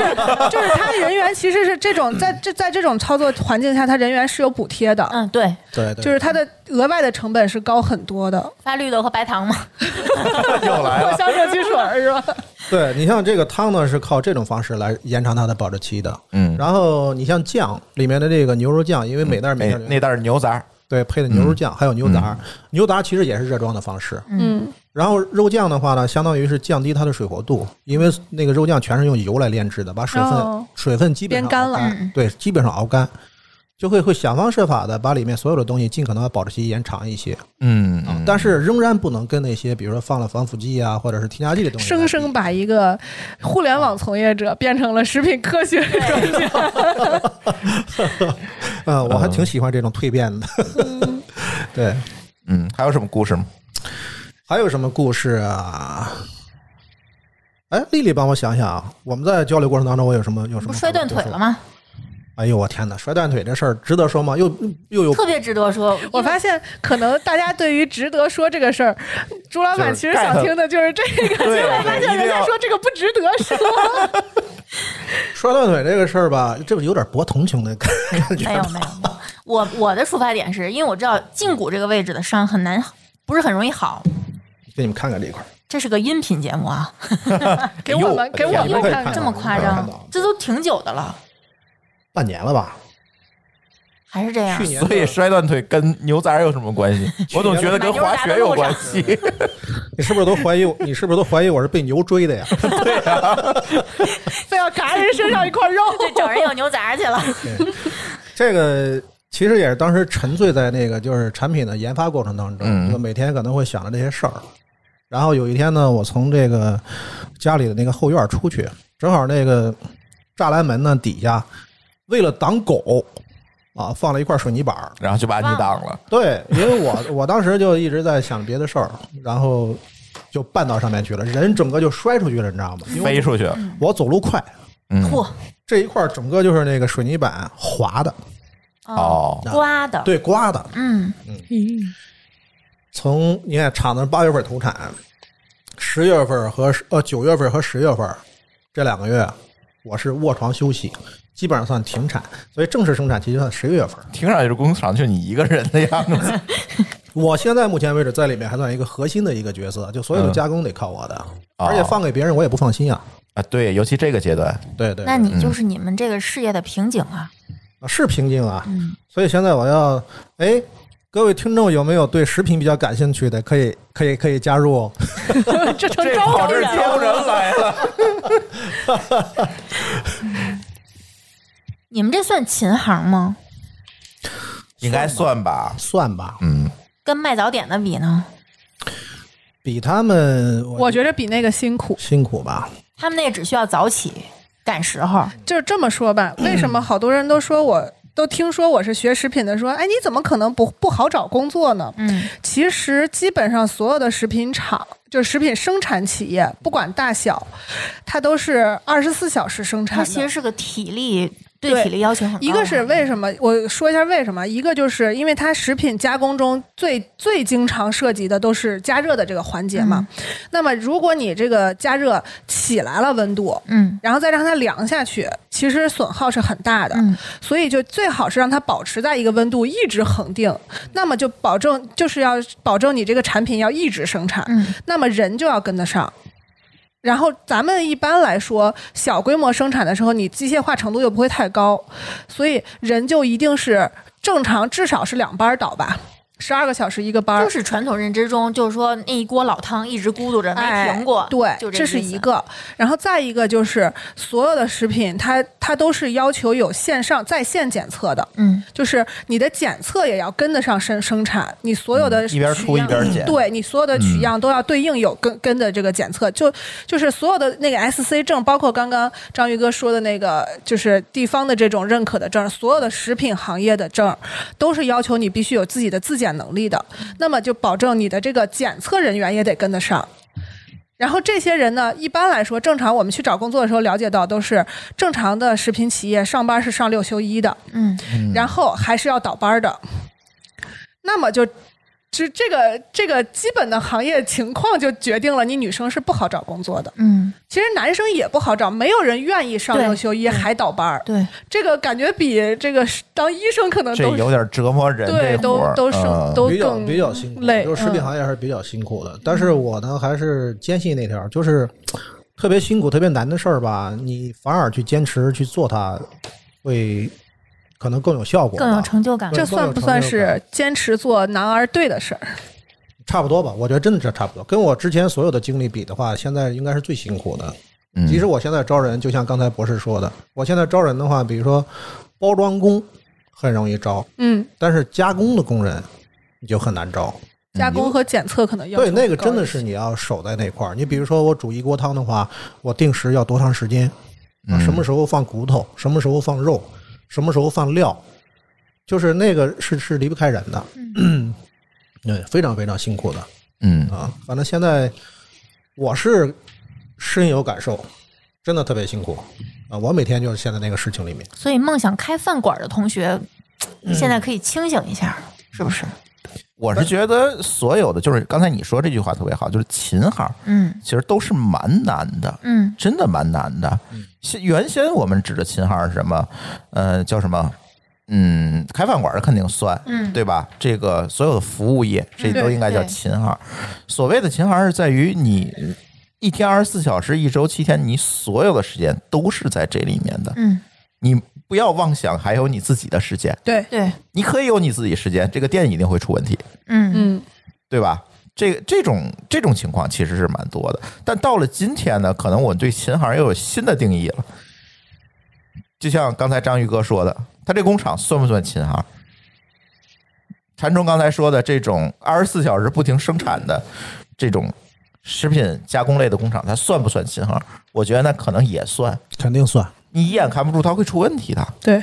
Speaker 4: 就是他人员其实是这种在这在这种操作环境下，他人员是有补贴的，
Speaker 3: 嗯，对，
Speaker 5: 对对，
Speaker 4: 就是他的额外的成本是高很多 的。
Speaker 3: 发绿豆和白糖嘛，
Speaker 2: 又来了。
Speaker 4: 消热汽水儿是吧？
Speaker 5: 对你像这个汤呢，是靠这种方式来延长它的保质期的。
Speaker 2: 嗯，
Speaker 5: 然后你像酱里面的这个牛肉酱，因为每袋儿每
Speaker 2: 那
Speaker 5: 袋儿
Speaker 2: 哎那袋嗯儿牛杂儿，
Speaker 5: 对配的牛肉酱，还有牛杂儿，牛杂儿其实也是热装的方式。
Speaker 4: 嗯，
Speaker 5: 然后肉酱的话呢，相当于是降低它的水活度，因为那个肉酱全是用油来炼制的，把水分、
Speaker 4: 哦
Speaker 5: 水分基本上
Speaker 4: 变干
Speaker 5: 熬
Speaker 4: 了
Speaker 3: 嗯
Speaker 5: 对，基本上熬干，就会会想方设法的把里面所有的东西尽可能保质期延长一些，
Speaker 2: 嗯，嗯
Speaker 5: 但是仍然不能跟那些比如说放了防腐剂啊或者是添加剂的东西来比
Speaker 4: 生生把一个互联网从业者变成了食品科学专家。
Speaker 5: 嗯，我还挺喜欢这种蜕变的， 对。
Speaker 2: 嗯，还有什么故事吗？
Speaker 5: 还有什么故事啊？哎，丽丽，帮我想想啊！我们在交流过程当中，我有什么有什
Speaker 3: 不
Speaker 5: 么
Speaker 3: 摔断腿了吗？
Speaker 5: 哎呦，我天哪！摔断腿这事儿值得说吗？又 又有
Speaker 3: 特别值得说。
Speaker 4: 我发现，可能大家对于值得说这个事儿，朱老板其实想听的就是这个。
Speaker 2: 对，
Speaker 4: 发现人家说这个不值得说，
Speaker 5: 摔断腿这个事儿吧，这不有点博同情的感感觉
Speaker 3: 没有
Speaker 5: 吗？
Speaker 3: 没有，我我的出发点是因为我知道胫骨这个位置的伤很难，不是很容易好。
Speaker 5: 给你们看看这一块儿，
Speaker 3: 这是个音频节目啊，
Speaker 4: 给我
Speaker 5: 哎
Speaker 4: 们给我
Speaker 5: 你
Speaker 4: 们
Speaker 5: 们可以
Speaker 4: 看
Speaker 5: 看啊
Speaker 3: 这
Speaker 4: 看。
Speaker 5: 到
Speaker 3: 么夸
Speaker 5: 看
Speaker 3: 张
Speaker 5: 到，
Speaker 3: 这都挺久的了，
Speaker 5: 半年了吧？
Speaker 3: 还是这样
Speaker 5: 去。年 的
Speaker 2: 所以摔断腿跟牛杂儿有什么关 系？我总觉得跟滑雪有关系。
Speaker 5: 你是不是都怀疑我？你是不是都怀疑我是被牛追的呀？
Speaker 2: 对啊，
Speaker 4: 非要嘎人身上一 块 肉，
Speaker 3: 对，找人要牛杂去 了。
Speaker 5: 这个其实也是当时沉醉在那个就是产品的研发过程当
Speaker 2: 嗯
Speaker 5: 中，就每天可能会想着这些事儿。然后有一天呢，我从这个家里的那个后院出去，正好那个栅栏门呢底下，为了挡狗啊，放了一块水泥板儿。
Speaker 2: 然后就把你挡了。
Speaker 5: 对，因为我 我当时就一直在想别的事儿，然后就绊到上面去了，人整个就摔出去了，你知道吗？因为
Speaker 2: 飞出去，
Speaker 5: 我走路快，
Speaker 2: 嗯，
Speaker 3: 嚯，
Speaker 5: 这一块儿整个就是那个水泥板滑的，
Speaker 3: 哦，
Speaker 2: 哦，
Speaker 3: 刮的，
Speaker 5: 对，刮的，
Speaker 3: 嗯，
Speaker 5: 从你看厂子八月份投产，十月份和十呃九月份和十月份这两个月，我是卧床休息，基本上算停产，所以正式生产期就算十一月份。
Speaker 2: 听上去是工厂就你一个人的样 子。
Speaker 5: 我现在目前为止在里面还算一个核心的一个角色，就所有的
Speaker 2: 嗯
Speaker 5: 加工得靠我的，
Speaker 2: 哦
Speaker 5: 而且放给别人我也不放心啊。
Speaker 2: 啊，对，尤其这个阶 段，
Speaker 5: 对对
Speaker 3: 那
Speaker 5: 对，
Speaker 3: 你
Speaker 4: 嗯
Speaker 3: 就是你们这个事业的瓶颈啊。
Speaker 5: 是瓶颈啊。
Speaker 3: 嗯，
Speaker 5: 所以现在我要，哎，各位听众有没有对食品比较感兴趣的，可以可以可以加入。
Speaker 4: 这成
Speaker 2: 这
Speaker 4: 招
Speaker 2: 跑
Speaker 4: 人
Speaker 2: 这
Speaker 4: 了。
Speaker 2: 招人来 了。
Speaker 3: 你们这算琴行吗？
Speaker 2: 应该算吧，
Speaker 5: 算吧，
Speaker 2: 嗯，
Speaker 3: 跟卖早点的比呢？
Speaker 5: 比他们
Speaker 4: 我觉得比那个辛苦。
Speaker 5: 辛苦吧。
Speaker 3: 他们那只需要早起赶时候，
Speaker 4: 就是这么 说吧，为什么好多人都说我都听说我是学食品的，说哎你怎么可能不不好找工作呢？
Speaker 3: 嗯，
Speaker 4: 其实基本上所有的食品厂，就是食品生产企业，不管大小，它都是二十四小时生产
Speaker 3: 它
Speaker 4: 的。
Speaker 3: 其实哦是个体力对
Speaker 4: 对
Speaker 3: 体力要求很高的。啊
Speaker 4: 一个是为什么？我说一下为什么。一个就是因为它食品加工中最最经常涉及的都是加热的这个环节嘛。
Speaker 3: 嗯
Speaker 4: 那么如果你这个加热起来了温度，
Speaker 3: 嗯
Speaker 4: 然后再让它凉下去，其实损耗是很大的。
Speaker 3: 嗯
Speaker 4: 所以就最好是让它保持在一个温度一直恒定，那么就保证就是要保证你这个产品要一直生产，
Speaker 3: 嗯
Speaker 4: 那么人就要跟得上。然后咱们一般来说，小规模生产的时候，你机械化程度又不会太高，所以人就一定是正常，至少是两班儿倒吧，十二个小时一个班儿
Speaker 3: 就。是传统认知中，就是说那一锅老汤一直咕嘟着没停过，
Speaker 4: 哎对，
Speaker 3: 就
Speaker 4: 这
Speaker 3: 这
Speaker 4: 是
Speaker 3: 意思
Speaker 4: 一。个。然后再一个就是所有的食品，它它都是要求有线上在线检测的，
Speaker 3: 嗯，
Speaker 4: 就是你的检测也要跟得上生生产，你所有的
Speaker 2: 嗯一边
Speaker 4: 取
Speaker 2: 出一
Speaker 4: 样
Speaker 2: 边捡
Speaker 4: 对你所有的取样都要对应有跟跟的这个检测，就就是所有的那个 SC 证，包括刚刚章鱼哥说的那个，就是地方的这种认可的证，所有的食品行业的证都是要求你必须有自己的自检检能力的，那么就保证你的这个检测人员也得跟得上。然后这些人呢，一般来说，正常我们去找工作的时候了解到，都是正常的食品企业上班是上六休一的，
Speaker 3: 嗯，
Speaker 4: 然后还是要倒班儿的。那么就，这这个这个基本的行业情况就决定了你女生是不好找工作的。
Speaker 3: 嗯，
Speaker 4: 其实男生也不好找，没有人愿意上
Speaker 3: 对
Speaker 4: 六休一还倒班儿。
Speaker 3: 对，
Speaker 4: 这个感觉比这个是当医生可能
Speaker 2: 这
Speaker 4: 都
Speaker 2: 有点折磨人这
Speaker 4: 对
Speaker 2: 活
Speaker 4: 都
Speaker 2: 儿，
Speaker 4: 都生
Speaker 2: 嗯
Speaker 4: 都
Speaker 5: 比较
Speaker 4: 更
Speaker 5: 比较辛苦，
Speaker 4: 累
Speaker 5: 就是食品
Speaker 4: 嗯
Speaker 5: 行业还是比较辛苦的。但是我呢，还是坚信那条，就是特别辛苦、特别难的事儿吧，你反而去坚持去做它，会可能更有效果吧，
Speaker 3: 更有成就感。
Speaker 5: 对
Speaker 4: 这算不算
Speaker 5: 更有成
Speaker 4: 是坚持做男儿对的事儿？
Speaker 5: 差不多吧。我觉得真的是差不多，跟我之前所有的经历比的话，现在应该是最辛苦的。
Speaker 2: 嗯
Speaker 5: 其实我现在招人，就像刚才博士说的，我现在招人的话，比如说包装工很容易招，
Speaker 4: 嗯，
Speaker 5: 但是加工的工人你就很难招。
Speaker 4: 加工和检测可能要
Speaker 5: 对，
Speaker 4: 求
Speaker 5: 那个
Speaker 4: 高
Speaker 5: 真的
Speaker 4: 一
Speaker 5: 是
Speaker 4: 些
Speaker 5: 你要守在那块儿。你比如说，我煮一锅汤的话，我定时要多长时间？啊，
Speaker 2: 嗯
Speaker 5: 什么时候放骨头？什么时候放肉？什么时候放料？就是那个是是离不开人的， 嗯，非常非常辛苦的
Speaker 2: 嗯
Speaker 5: 啊。反正现在我是深有感受，真的特别辛苦啊。我每天就是陷在那个事情里面。
Speaker 3: 所以梦想开饭馆的同学，
Speaker 4: 嗯
Speaker 3: 现在可以清醒一下，是不是？
Speaker 2: 我是觉得所有的就是刚才你说这句话特别好，就是琴行
Speaker 3: 嗯
Speaker 2: 其实都是蛮难的，
Speaker 3: 嗯
Speaker 2: 真的蛮难的。先原先我们指的琴行是什么？呃，叫什么？嗯，开饭馆的肯定算，
Speaker 3: 嗯
Speaker 2: 对吧？这个所有的服务业，这都
Speaker 4: 对
Speaker 2: 应该叫
Speaker 3: 对
Speaker 2: 琴行。所谓的琴行是在于你一天二十四小时，一周七天，你所有的时间都是在这里面的。
Speaker 3: 嗯，
Speaker 2: 你不要妄想还有你自己的时间，
Speaker 4: 对，
Speaker 3: 对，
Speaker 2: 你可以有你自己时间，这个店一定会出问题。
Speaker 3: 嗯
Speaker 4: 嗯，
Speaker 2: 对吧？这这种这种情况其实是蛮多的，但到了今天呢，可能我对琴行又有新的定义了。就像刚才章鱼哥说的，他这工厂算不算琴行？馋虫刚才说的这种二十四小时不停生产的这种食品加工类的工厂，它算不算琴行？我觉得那可能也算。
Speaker 5: 肯定算，
Speaker 2: 你一眼看不出它会出问题的，
Speaker 4: 对，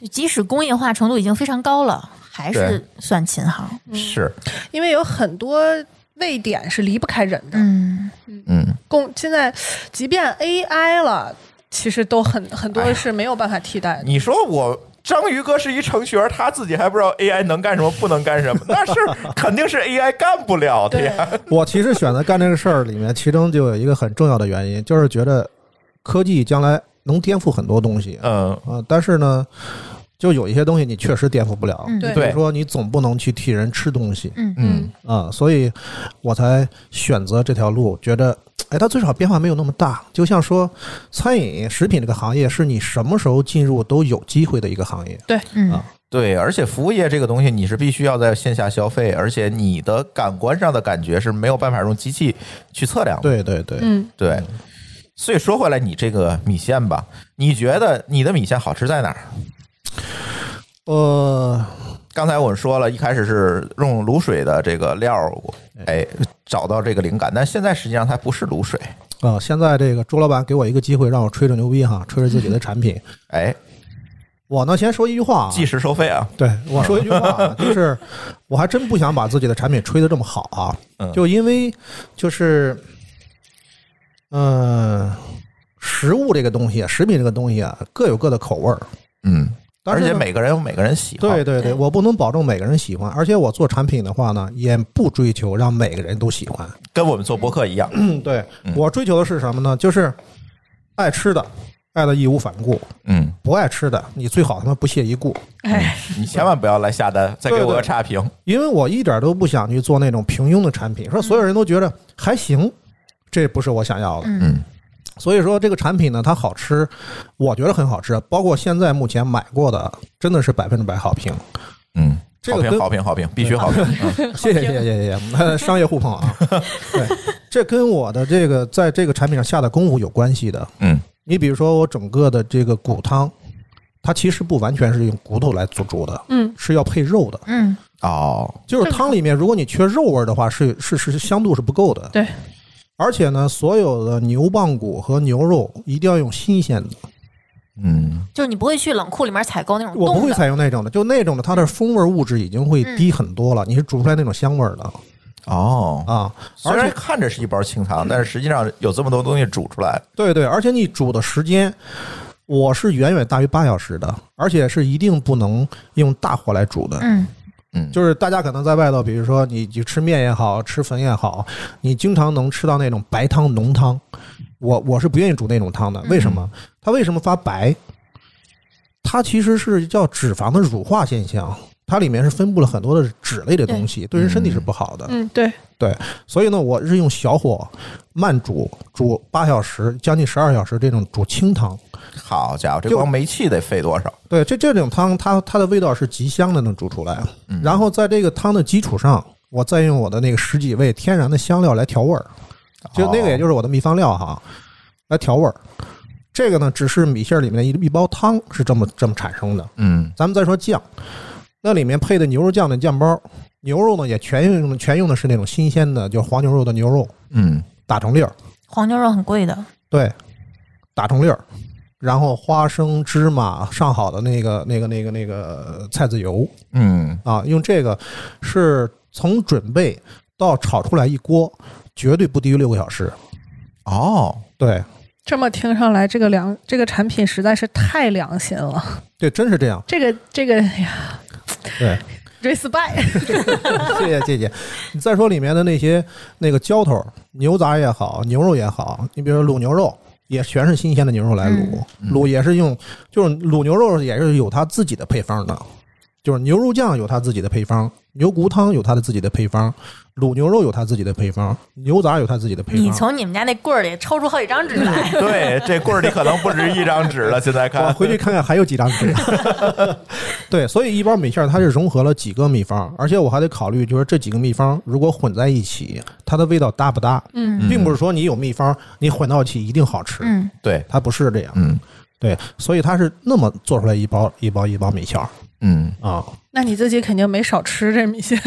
Speaker 3: 就即使工业化程度已经非常高了，还是算琴行。
Speaker 2: 是，
Speaker 4: 因为有很多位点是离不开人的。
Speaker 3: 嗯，
Speaker 2: 嗯，
Speaker 4: 共现在即便 AI 了，其实都很很
Speaker 2: 哎
Speaker 4: 多
Speaker 2: 呀
Speaker 4: 是没有办法替代的。
Speaker 2: 你说我章鱼哥是一程序员，他自己还不知道 AI 能干什么，不能干什么，那是肯定是 AI 干不了的
Speaker 4: 对
Speaker 2: 啊呀。
Speaker 5: 我其实选择干这个事儿里面，其中就有一个很重要的原因，就是觉得科技将来能颠覆很多东西。
Speaker 2: 嗯，
Speaker 5: 啊，但是呢，就有一些东西你确实颠覆不了。
Speaker 3: 嗯
Speaker 5: 你比
Speaker 2: 对
Speaker 5: 如说你总不能去替人吃东西
Speaker 3: 嗯
Speaker 2: 嗯，
Speaker 5: 啊，所以我才选择这条路，觉得哎，它最少变化没有那么大。就像说餐饮、食品这个行业，是你什么时候进入都有机会的一个行业。
Speaker 3: 嗯
Speaker 5: 啊
Speaker 2: 对，而且服务业这个东西，你是必须要在线下消费，而且你的感官上的感觉是没有办法用机器去测量的。
Speaker 5: 对对对，
Speaker 4: 嗯，
Speaker 2: 对，所以说回来，你这个米线吧，你觉得你的米线好吃在哪儿？
Speaker 5: 呃，
Speaker 2: 刚才我们说了一开始是用卤水的这个料，哎，找到这个灵感，但现在实际上它不是卤水，
Speaker 5: 啊，现在这个朱老板给我一个机会，让我吹吹牛逼哈，吹吹自己的产品。
Speaker 2: 哎，
Speaker 5: 我呢，先说一句话啊，
Speaker 2: 计时收费啊，
Speaker 5: 对，我说一句话 啊，就是我还真不想把自己的产品吹得这么好啊，
Speaker 2: 嗯
Speaker 5: 就因为就是，嗯、食物这个东西，食品这个东西啊，各有各的口味儿，
Speaker 2: 嗯，
Speaker 5: 但
Speaker 2: 而
Speaker 5: 是呢
Speaker 2: 且每个人有每个人喜好，
Speaker 5: 对对对，
Speaker 3: 对
Speaker 5: 我不能保证每个人喜欢，而且我做产品的话呢，也不追求让每个人都喜欢。
Speaker 2: 跟我们做播客 一样，
Speaker 5: 嗯，对我追求的是什么呢？就是爱吃的，爱的义无反顾；
Speaker 2: 嗯，
Speaker 5: 不爱吃的，你最好他妈不屑一顾。
Speaker 4: 哎，
Speaker 2: 你千万不要来下单，再给我个差评，
Speaker 5: 因为我一点都不想去做那种平庸的产品，说所有人都觉得还行，这不是我想要的。
Speaker 3: 嗯
Speaker 2: 嗯
Speaker 5: 所以说这个产品呢，它好吃，我觉得很好吃，包括现在目前买过的，真的是百分之百好评。
Speaker 2: 嗯，
Speaker 5: 这
Speaker 2: 好
Speaker 5: 个
Speaker 2: 评
Speaker 5: 跟
Speaker 2: 好评好评，必须好评，嗯
Speaker 5: 谢谢谢谢谢谢，呃商业互捧啊。对，这跟我的这个在这个产品上下的功夫有关系的。
Speaker 2: 嗯
Speaker 5: 你比如说我整个的这个骨汤，它其实不完全是用骨头来做煮的，
Speaker 4: 嗯，
Speaker 5: 是要配肉的。
Speaker 3: 嗯
Speaker 2: 哦，
Speaker 5: 就是汤里面，如果你缺肉味儿的话，是是是香度是不够的。
Speaker 4: 对，
Speaker 5: 而且呢，所有的牛棒骨和牛肉一定要用新鲜的，
Speaker 2: 嗯，
Speaker 3: 就是你不会去冷库里面采购那种
Speaker 5: 我不
Speaker 3: 冻
Speaker 5: 会
Speaker 3: 的，
Speaker 5: 采用那种的，就那种的，它的风味物质已经会低很多了，你是煮不出来那种香味儿的
Speaker 2: 哦，
Speaker 5: 啊。
Speaker 2: 虽
Speaker 5: 而
Speaker 2: 然
Speaker 5: 且，
Speaker 2: 看着是一包清汤，但是实际上有这么多东西煮出来，
Speaker 5: 对对，而且你煮的时间，我是远远大于八小时的，而且是一定不能用大火来煮的。
Speaker 3: 嗯，
Speaker 2: 嗯，
Speaker 5: 就是大家可能在外头，比如说你你吃面也好吃粉也好，你经常能吃到那种白汤浓汤。我我是不愿意煮那种汤的，为什么？它为什么发白？它其实是叫脂肪的乳化现象，它里面是分布了很多的脂类的东西，对人身体是不好的。
Speaker 4: 嗯，对，
Speaker 5: 所以呢，我是用小火慢煮，煮八小时，将近十二小时这种煮清汤。
Speaker 2: 好家伙，这
Speaker 5: 就
Speaker 2: 光煤气得费多少？
Speaker 5: 对，这这种汤它它的味道是极香的，能煮出来。啊然后在这个汤的基础上，我再用我的那个十几味天然的香料来调味儿，就那个也就是我的秘方料哈，来调味儿。这个呢，只是米线儿里面的一一包汤是这么这么产生的。
Speaker 2: 嗯
Speaker 5: 咱们再说酱，那里面配的牛肉酱的酱包，牛肉呢也全用全用的是那种新鲜的，就是黄牛肉的牛肉
Speaker 2: 嗯
Speaker 5: 打成粒儿，
Speaker 3: 黄牛肉很贵的，
Speaker 5: 对，打成粒儿，然后花生、芝麻上好的那个、那个、那个、那个菜籽油
Speaker 2: 嗯，
Speaker 5: 啊，用这个是从准备到炒出来一锅，绝对不低于六个小时。
Speaker 2: 哦，
Speaker 5: 对，
Speaker 4: 这么听上来，这个良这个产品实在是太良心了。
Speaker 5: 对，真是这样。
Speaker 4: 这个这个，哎呀
Speaker 5: 对，
Speaker 4: ，respect，
Speaker 5: 谢谢谢谢。你再说里面的那些那个浇头，牛杂也好，牛肉也好，你比如说卤牛肉。也全是新鲜的牛肉来
Speaker 3: 嗯
Speaker 5: 卤，卤也是用，就是卤牛肉也是有它自己的配方的，就是牛肉酱有它自己的配方，牛骨汤有它的自己的配方，卤牛肉有它自己的配方，牛杂有它自己的配
Speaker 3: 你
Speaker 5: 方。
Speaker 3: 从你们家那棍儿里抽出好几张纸来，
Speaker 2: 对， 这棍儿里可能不止一张纸了，现在
Speaker 5: 我
Speaker 2: 看，
Speaker 5: 回去看看还有几张纸。 对，所以一包米线儿它是融合了几个秘方，而且我还得考虑，就是这几个秘方如果混在一起，它的味道搭不搭？
Speaker 4: 嗯，
Speaker 5: 并不是说你有秘方，你混到一起一定好吃，
Speaker 3: 嗯，
Speaker 2: 对，
Speaker 5: 它不是这样。
Speaker 2: 嗯
Speaker 5: 对，所以它是那么做出来一包一包一包米线儿
Speaker 2: 嗯。
Speaker 5: 啊，
Speaker 4: 那你自己肯定没少吃这米线。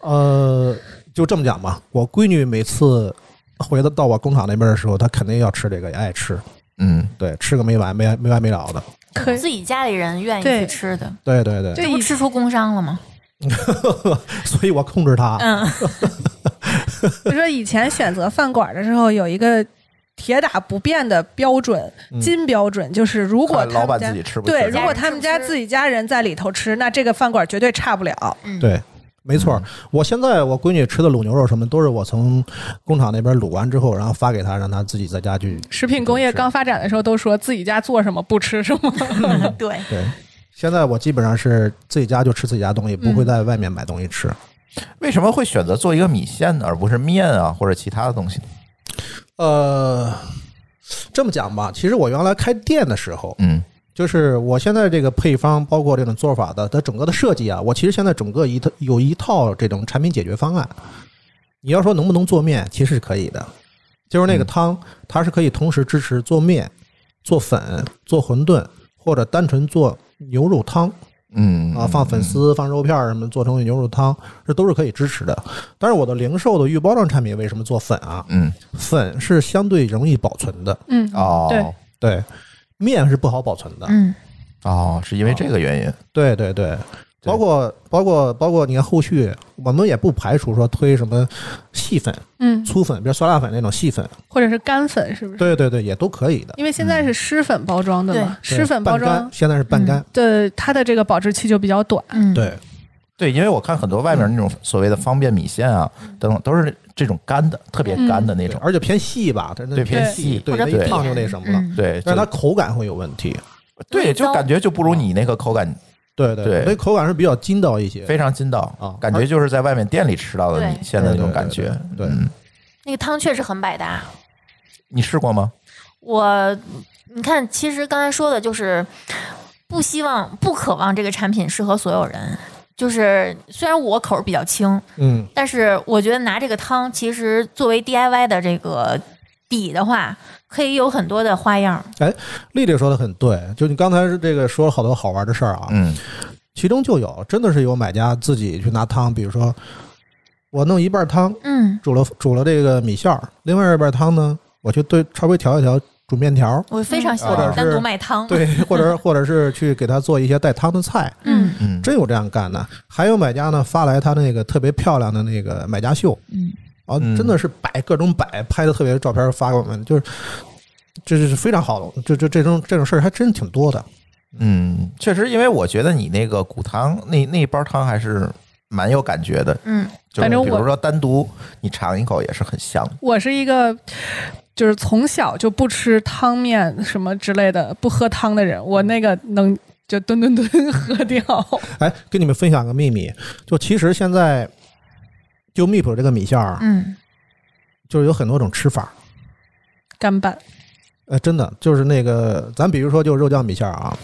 Speaker 5: 呃，就这么讲吧。我闺女每次回到到我工厂那边的时候，她肯定要吃这个，也爱吃，
Speaker 2: 嗯，
Speaker 5: 对，吃个没完没没完没了的。
Speaker 4: 可以
Speaker 3: 自己家里人愿意
Speaker 4: 对
Speaker 3: 去吃的，
Speaker 5: 对对对，
Speaker 4: 对
Speaker 3: 这不吃出工伤了吗？
Speaker 5: 所以我控制
Speaker 4: 哎
Speaker 5: 她。
Speaker 3: 嗯，
Speaker 4: 就 说以前选择饭馆的时候有一个铁打不变的标准，金标准，就是如果
Speaker 2: 嗯看
Speaker 4: 他
Speaker 2: 老
Speaker 4: 们
Speaker 2: 板
Speaker 4: 家
Speaker 2: 自己吃不吃
Speaker 4: 对，
Speaker 2: 是吧
Speaker 4: 如果他们家自己家人在里头吃，那这个饭馆绝对差不了。
Speaker 3: 嗯
Speaker 5: 对，没错儿。我现在我闺女吃的卤牛肉什么，都是我从工厂那边卤完之后，然后发给她，让她自己在家去。
Speaker 4: 食品工业刚发展的时候都说自己家做什么不吃什么，
Speaker 3: 嗯对，
Speaker 5: 对，现在我基本上是自己家就吃自己家东西，不会在外面买东西吃。
Speaker 2: 为什么会选择做一个米线呢，而不是面啊或者其他的东西呢？
Speaker 5: 呃，这么讲吧，其实我原来开店的时候，
Speaker 2: 嗯
Speaker 5: 就是我现在这个配方，包括这种做法的，它整个的设计啊，我其实现在整个一套有一套这种产品解决方案。你要说能不能做面，其实是可以的，就是那个汤，它是可以同时支持做面、做粉、做馄饨，或者单纯做牛肉汤。
Speaker 2: 嗯
Speaker 5: 啊，放粉丝、放肉片儿什么，做成牛肉汤，这都是可以支持的。但是我的零售的预包装产品为什么做粉啊？
Speaker 2: 嗯
Speaker 5: 粉是相对容易保存的，
Speaker 4: 嗯，对
Speaker 2: 哦
Speaker 5: 对，面是不好保存的，
Speaker 3: 嗯，
Speaker 2: 哦，是因为这个原因。
Speaker 5: 对对对。
Speaker 2: 对
Speaker 5: 包括包括包括，你看后续我们也不排除说推什么细粉、
Speaker 4: 嗯，
Speaker 5: 粗粉，比如酸辣粉那种细粉，
Speaker 4: 或者是干粉是不是？
Speaker 5: 对对对，也都可以的。
Speaker 4: 因为现在是湿粉包装的嘛，
Speaker 5: 对
Speaker 4: 湿粉包
Speaker 5: 半干
Speaker 4: 装
Speaker 5: 现在是半干，
Speaker 4: 的它的这个保质期就比较短。
Speaker 3: 嗯，
Speaker 5: 对
Speaker 2: 对，因为我看很多外面那种所谓的方便米线啊，等等，都是这种干的，特别
Speaker 3: 嗯
Speaker 2: 干的那
Speaker 5: 对
Speaker 2: 种。
Speaker 5: 而且偏细吧，它那
Speaker 2: 对偏
Speaker 5: 偏
Speaker 2: 细
Speaker 5: 对，
Speaker 3: 或者
Speaker 5: 它
Speaker 2: 对
Speaker 5: 一烫就那什么了，
Speaker 3: 嗯
Speaker 2: 对，
Speaker 5: 但是它
Speaker 2: 就
Speaker 5: 口感会有问题。
Speaker 2: 对，就
Speaker 3: 糟
Speaker 2: 感觉就不如你那个口感
Speaker 5: 对对，
Speaker 2: 对
Speaker 5: 所以口感是比较筋道一些。
Speaker 2: 非常筋道
Speaker 5: 啊
Speaker 2: 感觉就是在外面店里吃到的
Speaker 3: 对
Speaker 2: 米线的那种感觉。
Speaker 5: 对对对对
Speaker 2: 嗯
Speaker 3: 那个汤确实很百搭。
Speaker 2: 你试过吗？
Speaker 3: 我，你看，其实刚才说的就是不希望、不渴望这个产品适合所有人。就是虽然我口儿比较轻，
Speaker 5: 嗯，
Speaker 3: 但是我觉得拿这个汤，其实作为 DIY 的这个底的话，可以有很多的花样。
Speaker 5: 丽丽说的很对，就你刚才是这个说了好多好玩的事儿啊，
Speaker 2: 嗯
Speaker 5: 其中就有真的是有买家自己去拿汤，比如说我弄一半汤
Speaker 3: 嗯
Speaker 5: 煮了煮了这个米线儿，另外一半汤呢，我去对稍微调一调，煮面条，
Speaker 3: 我非常喜
Speaker 5: 或者
Speaker 3: 欢
Speaker 5: 是
Speaker 3: 单独卖汤。，
Speaker 5: 啊 对，或者或者是去给他做一些带汤的菜，
Speaker 3: 嗯
Speaker 2: 嗯，
Speaker 5: 真有这样干的。还有买家呢发来他那个特别漂亮的那个买家秀，
Speaker 3: 嗯，
Speaker 5: 啊，
Speaker 2: 嗯
Speaker 5: 真的是摆各种摆，拍的特别照片发给我们，就是这是非常好的，这这这种这种事儿还真挺多的。
Speaker 2: 嗯，确实，因为我觉得你那个骨汤那那一包汤还是蛮有感觉的，
Speaker 3: 嗯，
Speaker 2: 就是
Speaker 4: 反正
Speaker 2: 比
Speaker 4: 我
Speaker 2: 如说单独你尝一口也是很香的。
Speaker 4: 我是一个就是从小就不吃汤面什么之类的，不喝汤的
Speaker 5: 嗯
Speaker 4: 人，我那个能就吨吨吨喝掉。
Speaker 5: 哎，跟你们分享个秘密，就其实现在就 Meep 这个米线儿，
Speaker 3: 嗯，
Speaker 5: 就是有很多种吃法。
Speaker 4: 干拌
Speaker 5: 呃，真的就是那个，咱比如说就是肉酱米线儿啊，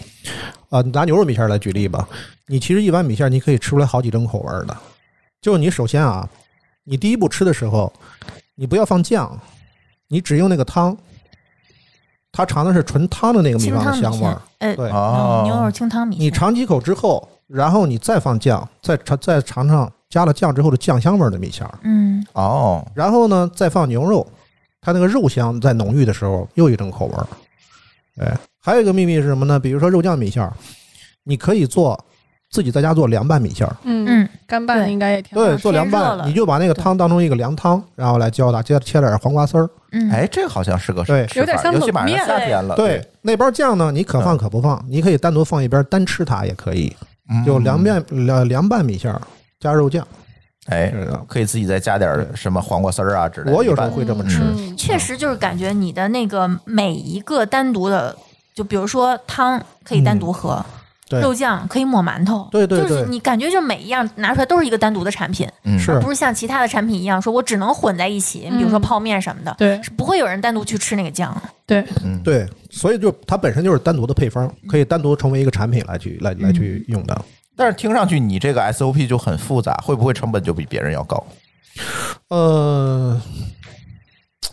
Speaker 5: 啊、拿牛肉米线儿来举例吧。你其实一碗米线，你可以吃出来好几种口味儿的。就是你首先啊，你第一步吃的时候，你不要放酱，你只用那个汤。他尝的是纯汤的那个米
Speaker 3: 清
Speaker 5: 饭的
Speaker 3: 汤米
Speaker 5: 香味
Speaker 3: 线
Speaker 5: 儿，，
Speaker 3: 呃，
Speaker 5: 对。
Speaker 2: 哦
Speaker 3: 嗯，牛肉清汤米
Speaker 5: 你
Speaker 3: 线，
Speaker 5: 尝几口之后，然后你再放酱，再尝再尝尝加了酱之后的酱香味儿的米线儿，
Speaker 3: 嗯
Speaker 2: 哦，
Speaker 5: 然后呢再放牛肉，它那个肉香在浓郁的时候又一种口味儿。哎，还有一个秘密是什么呢？比如说肉酱米线儿，你可以做自己在家做凉拌米线儿。
Speaker 4: 嗯
Speaker 3: 嗯，
Speaker 4: 干拌
Speaker 3: 对
Speaker 4: 应该也挺好
Speaker 5: 对，
Speaker 4: 吃。
Speaker 5: 做凉
Speaker 3: 天热
Speaker 5: 拌，
Speaker 3: 了
Speaker 5: 你就把那个汤当成一个凉汤，然后来浇它，接着切点儿黄瓜丝儿。
Speaker 3: 嗯，
Speaker 2: 哎，这个好像是个
Speaker 5: 对
Speaker 2: 吃
Speaker 4: 有点
Speaker 2: 法
Speaker 4: 像
Speaker 2: 尤其
Speaker 4: 冷
Speaker 2: 马上
Speaker 4: 面
Speaker 2: 夏天了，
Speaker 5: 对，，那包酱呢，你可放可不放，你可以单独放一边，单吃它也可以。
Speaker 2: 嗯
Speaker 5: 就凉，面凉凉拌米线儿加肉酱，
Speaker 2: 哎，
Speaker 5: 这个
Speaker 2: 可以自己再加点什么黄瓜丝儿啊之类的。
Speaker 5: 我有时
Speaker 2: 一
Speaker 5: 候
Speaker 2: 般
Speaker 5: 会这么吃。
Speaker 4: 嗯
Speaker 3: 确实就是感觉你的那个每一个单独的，就比如说汤可以单独喝，
Speaker 5: 对
Speaker 3: 肉酱可以抹馒头，
Speaker 5: 对对
Speaker 3: 就是
Speaker 5: 对
Speaker 3: 你感觉就每一样拿出来都是一个单独的产品，
Speaker 2: 嗯
Speaker 5: 是
Speaker 3: 不是像其他的产品一样，说我只能混在一起，
Speaker 4: 嗯
Speaker 3: 比如说泡面什么的，
Speaker 4: 对
Speaker 3: 是不会有人单独去吃那个酱。
Speaker 4: 对，
Speaker 2: 嗯
Speaker 5: 对，所以就它本身就是单独的配方，可以单独成为一个产品来去来来去用的。
Speaker 2: 但是听上去你这个 SOP 就很复杂，会不会成本就比别人要高？
Speaker 5: 呃，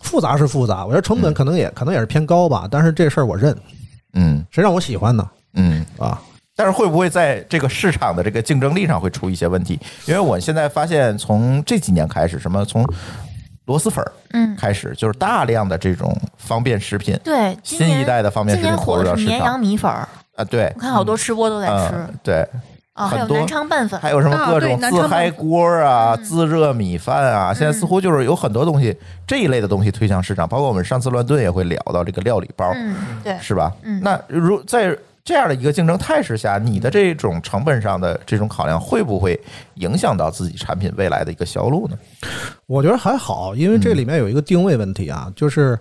Speaker 5: 复杂是复杂，我觉得成本可能也、可能也是偏高吧，但是这事儿我认，
Speaker 2: 嗯
Speaker 5: 谁让我喜欢呢？
Speaker 2: 嗯，
Speaker 5: 啊，
Speaker 2: 但是会不会在这个市场的这个竞争力上会出一些问题？因为我现在发现，从这几年开始，什么从螺蛳粉儿
Speaker 3: 嗯，
Speaker 2: 开始，就是大量的这种方便食品，
Speaker 3: 对，今
Speaker 2: 新
Speaker 3: 年
Speaker 2: 一代的方便
Speaker 3: 今
Speaker 2: 食品
Speaker 3: 年
Speaker 2: 投
Speaker 3: 火
Speaker 2: 入
Speaker 3: 的
Speaker 2: 到
Speaker 3: 是
Speaker 2: 市
Speaker 3: 绵
Speaker 2: 场
Speaker 3: 阳米粉儿，
Speaker 2: 啊，对
Speaker 3: 我，看好多吃播都在吃
Speaker 2: 嗯，对，
Speaker 3: 啊，还有
Speaker 2: 很多
Speaker 3: 南昌拌粉，
Speaker 2: 还有什么
Speaker 4: 啊
Speaker 2: 各
Speaker 4: 对
Speaker 2: 种
Speaker 4: 南
Speaker 2: 自
Speaker 4: 昌嗯
Speaker 2: 嗨
Speaker 4: 拌
Speaker 2: 锅啊、自热米饭啊，现在似乎就是有很多东西这一类的东西推向市场，包括我们上次乱炖也会聊到这个料理包，
Speaker 3: 嗯，对，
Speaker 2: 是吧？
Speaker 3: 嗯
Speaker 2: 那如在这样的一个竞争态势下，你的这种成本上的这种考量，会不会影响到自己产品未来的一个销路呢？
Speaker 5: 我觉得还好，因为这里面有一个定位问题啊，就是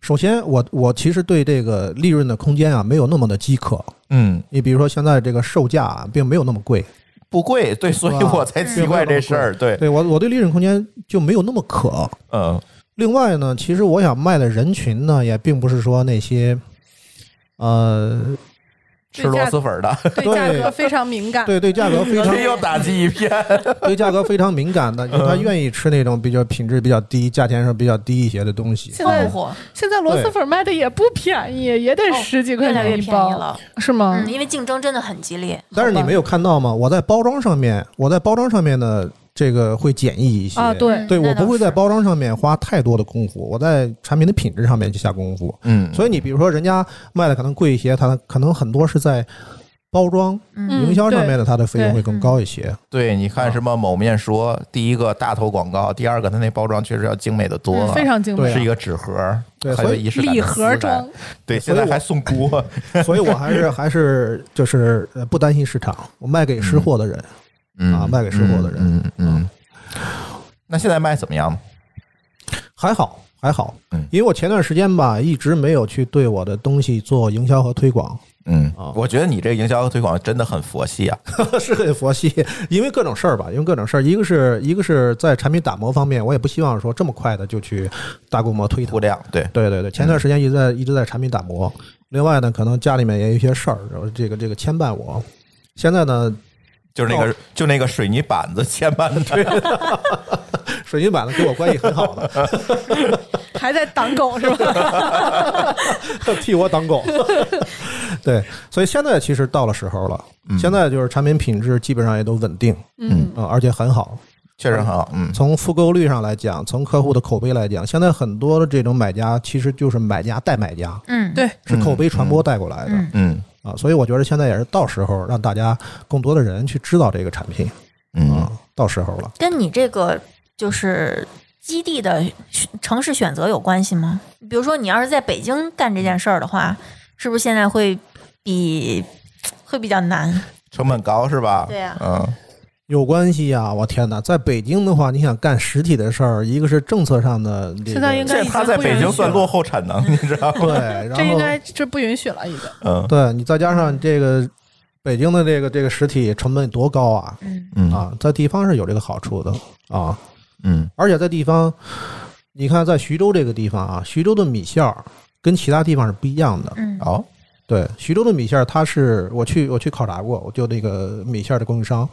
Speaker 5: 首先我我其实对这个利润的空间啊没有那么的饥渴。
Speaker 2: 嗯，
Speaker 5: 你比如说现在这个售价啊并没有那么贵，
Speaker 2: 不贵，对，所以
Speaker 5: 哇
Speaker 2: 我才奇怪这事儿，对，
Speaker 5: 对我我对利润空间就没有那么渴。
Speaker 2: 嗯
Speaker 5: 另外呢，其实我想卖的人群呢，也并不是说那些，呃，
Speaker 2: 吃螺蛳粉儿的，
Speaker 4: 对价格非常敏感。
Speaker 5: 对对价格非常
Speaker 2: 这 又打击一 片。
Speaker 5: 对价格非常敏感的，
Speaker 2: 嗯
Speaker 5: 他愿意吃那种比较品质比较低、价钱上比较低一些的东西。
Speaker 4: 现在
Speaker 3: 凑合，
Speaker 4: 现在螺蛳粉卖的也不便宜，也得
Speaker 3: 哦
Speaker 4: 十几块
Speaker 3: 越来越
Speaker 4: 钱
Speaker 3: 便
Speaker 4: 一
Speaker 3: 宜
Speaker 4: 包，
Speaker 3: 了，
Speaker 4: 是吗
Speaker 3: 嗯，？因为竞争真的很激烈，
Speaker 5: 但是你
Speaker 4: 好吧
Speaker 5: 没有看到吗？我在包装上面，我在包装上面呢，这个会简易一些
Speaker 4: 啊，。对
Speaker 3: 嗯，
Speaker 5: 对，
Speaker 3: 那
Speaker 5: 我
Speaker 3: 倒
Speaker 5: 不会在
Speaker 3: 是
Speaker 5: 包装上面花太多的功夫，我在产品的品质上面去下功夫。
Speaker 2: 嗯，
Speaker 5: 所以你比如说，人家卖的可能贵一些，它可能很多是在包装、
Speaker 3: 嗯
Speaker 4: 嗯
Speaker 5: 营销上面的，它的费用
Speaker 4: 对嗯
Speaker 5: 会更高一些。
Speaker 2: 对，你
Speaker 5: 啊
Speaker 2: 看什么某面说，第一个大头广告，第二个它那包装确实要精美的多
Speaker 4: 嗯
Speaker 2: 了，
Speaker 4: 非常精
Speaker 5: 对
Speaker 4: 美
Speaker 5: 啊，
Speaker 2: 是一个纸盒，
Speaker 5: 对
Speaker 2: 很有
Speaker 5: 所以
Speaker 2: 仪式感的
Speaker 4: 礼
Speaker 2: 撕
Speaker 4: 盒
Speaker 2: 开
Speaker 4: 装，
Speaker 2: 对，
Speaker 5: 所
Speaker 2: 现
Speaker 5: 以
Speaker 2: 在
Speaker 5: 我啊
Speaker 2: 还送 锅，
Speaker 5: 所以我还是还是就是呃不担心市场，我卖给识货的人。
Speaker 2: 嗯
Speaker 5: 啊卖给吃货的人啊
Speaker 2: 嗯嗯嗯那现在卖怎么样呢？
Speaker 5: 还好，还好
Speaker 2: 嗯，
Speaker 5: 因为我前段时间吧，一直没有去对我的东西做营销和推广，
Speaker 2: 嗯
Speaker 5: 啊，
Speaker 2: 我觉得你这个营销和推广真的很佛系 啊。
Speaker 5: 是很佛系，因为各种事儿吧，因为各种事儿，一个是一个是在产品打磨方面，我也不希望说这么快的就去大规模推
Speaker 2: 铺
Speaker 5: 它。
Speaker 2: 量，对，
Speaker 5: 对对对，前段时间一直在一直在产品打磨，另外呢，可能家里面也有一些事儿，然后这个这个牵绊我。现在呢，
Speaker 2: 就是那
Speaker 5: 哦
Speaker 2: 个就那个水泥板子牵绊 的，
Speaker 5: 水晶板呢跟我关系很好的，
Speaker 4: 还在挡狗是吧？
Speaker 5: 替我挡狗。 对，所以现在其
Speaker 2: 嗯
Speaker 5: 嗯实到了时候了，现在就是产品品质基本上也都稳定，呃
Speaker 4: 嗯
Speaker 5: 啊、而且很好。
Speaker 2: 确实很好，嗯，
Speaker 5: 从复购率上来讲，从客户的口碑来讲，现在很多的这种买家其实就是买家带买家，
Speaker 3: 嗯，
Speaker 4: 对，
Speaker 5: 是口碑传播带过来的、
Speaker 3: 嗯
Speaker 2: 嗯
Speaker 5: 啊。所以我觉得现在也是到时候让大家更多的人去知道这个产品
Speaker 2: 嗯
Speaker 5: 啊，到时候了。
Speaker 3: 跟你这个就是基地的选城市选择有关系吗？比如说，你要是在北京干这件事儿的话，是不是现在会比会比较难？
Speaker 2: 成本高是吧？
Speaker 3: 对啊
Speaker 2: 嗯，
Speaker 5: 有关系呀、我天哪，在北京的话，你想干实体的事儿，一个是政策上的、这个，
Speaker 4: 现在应该
Speaker 2: 这
Speaker 4: 已经
Speaker 2: 他在
Speaker 4: 不
Speaker 2: 北
Speaker 4: 允
Speaker 2: 京
Speaker 4: 许
Speaker 2: 算
Speaker 4: 了
Speaker 2: 落后产能，你知道吗？
Speaker 5: 对，然 后
Speaker 4: 这应该这不允许了，已经。
Speaker 2: 嗯
Speaker 5: 对你再加上这个北京的这个这个实体成本多高啊
Speaker 3: 嗯，
Speaker 2: 嗯
Speaker 5: 啊，在地方是有这个好处的啊，
Speaker 2: 嗯
Speaker 5: 而且在地方，你看在徐州这个地方啊，徐州的米线儿跟其他地方是不一样的。
Speaker 3: 嗯
Speaker 2: 哦
Speaker 5: 对，徐州的米线儿，它是我去我去考察过，我就那个米线儿的供应商，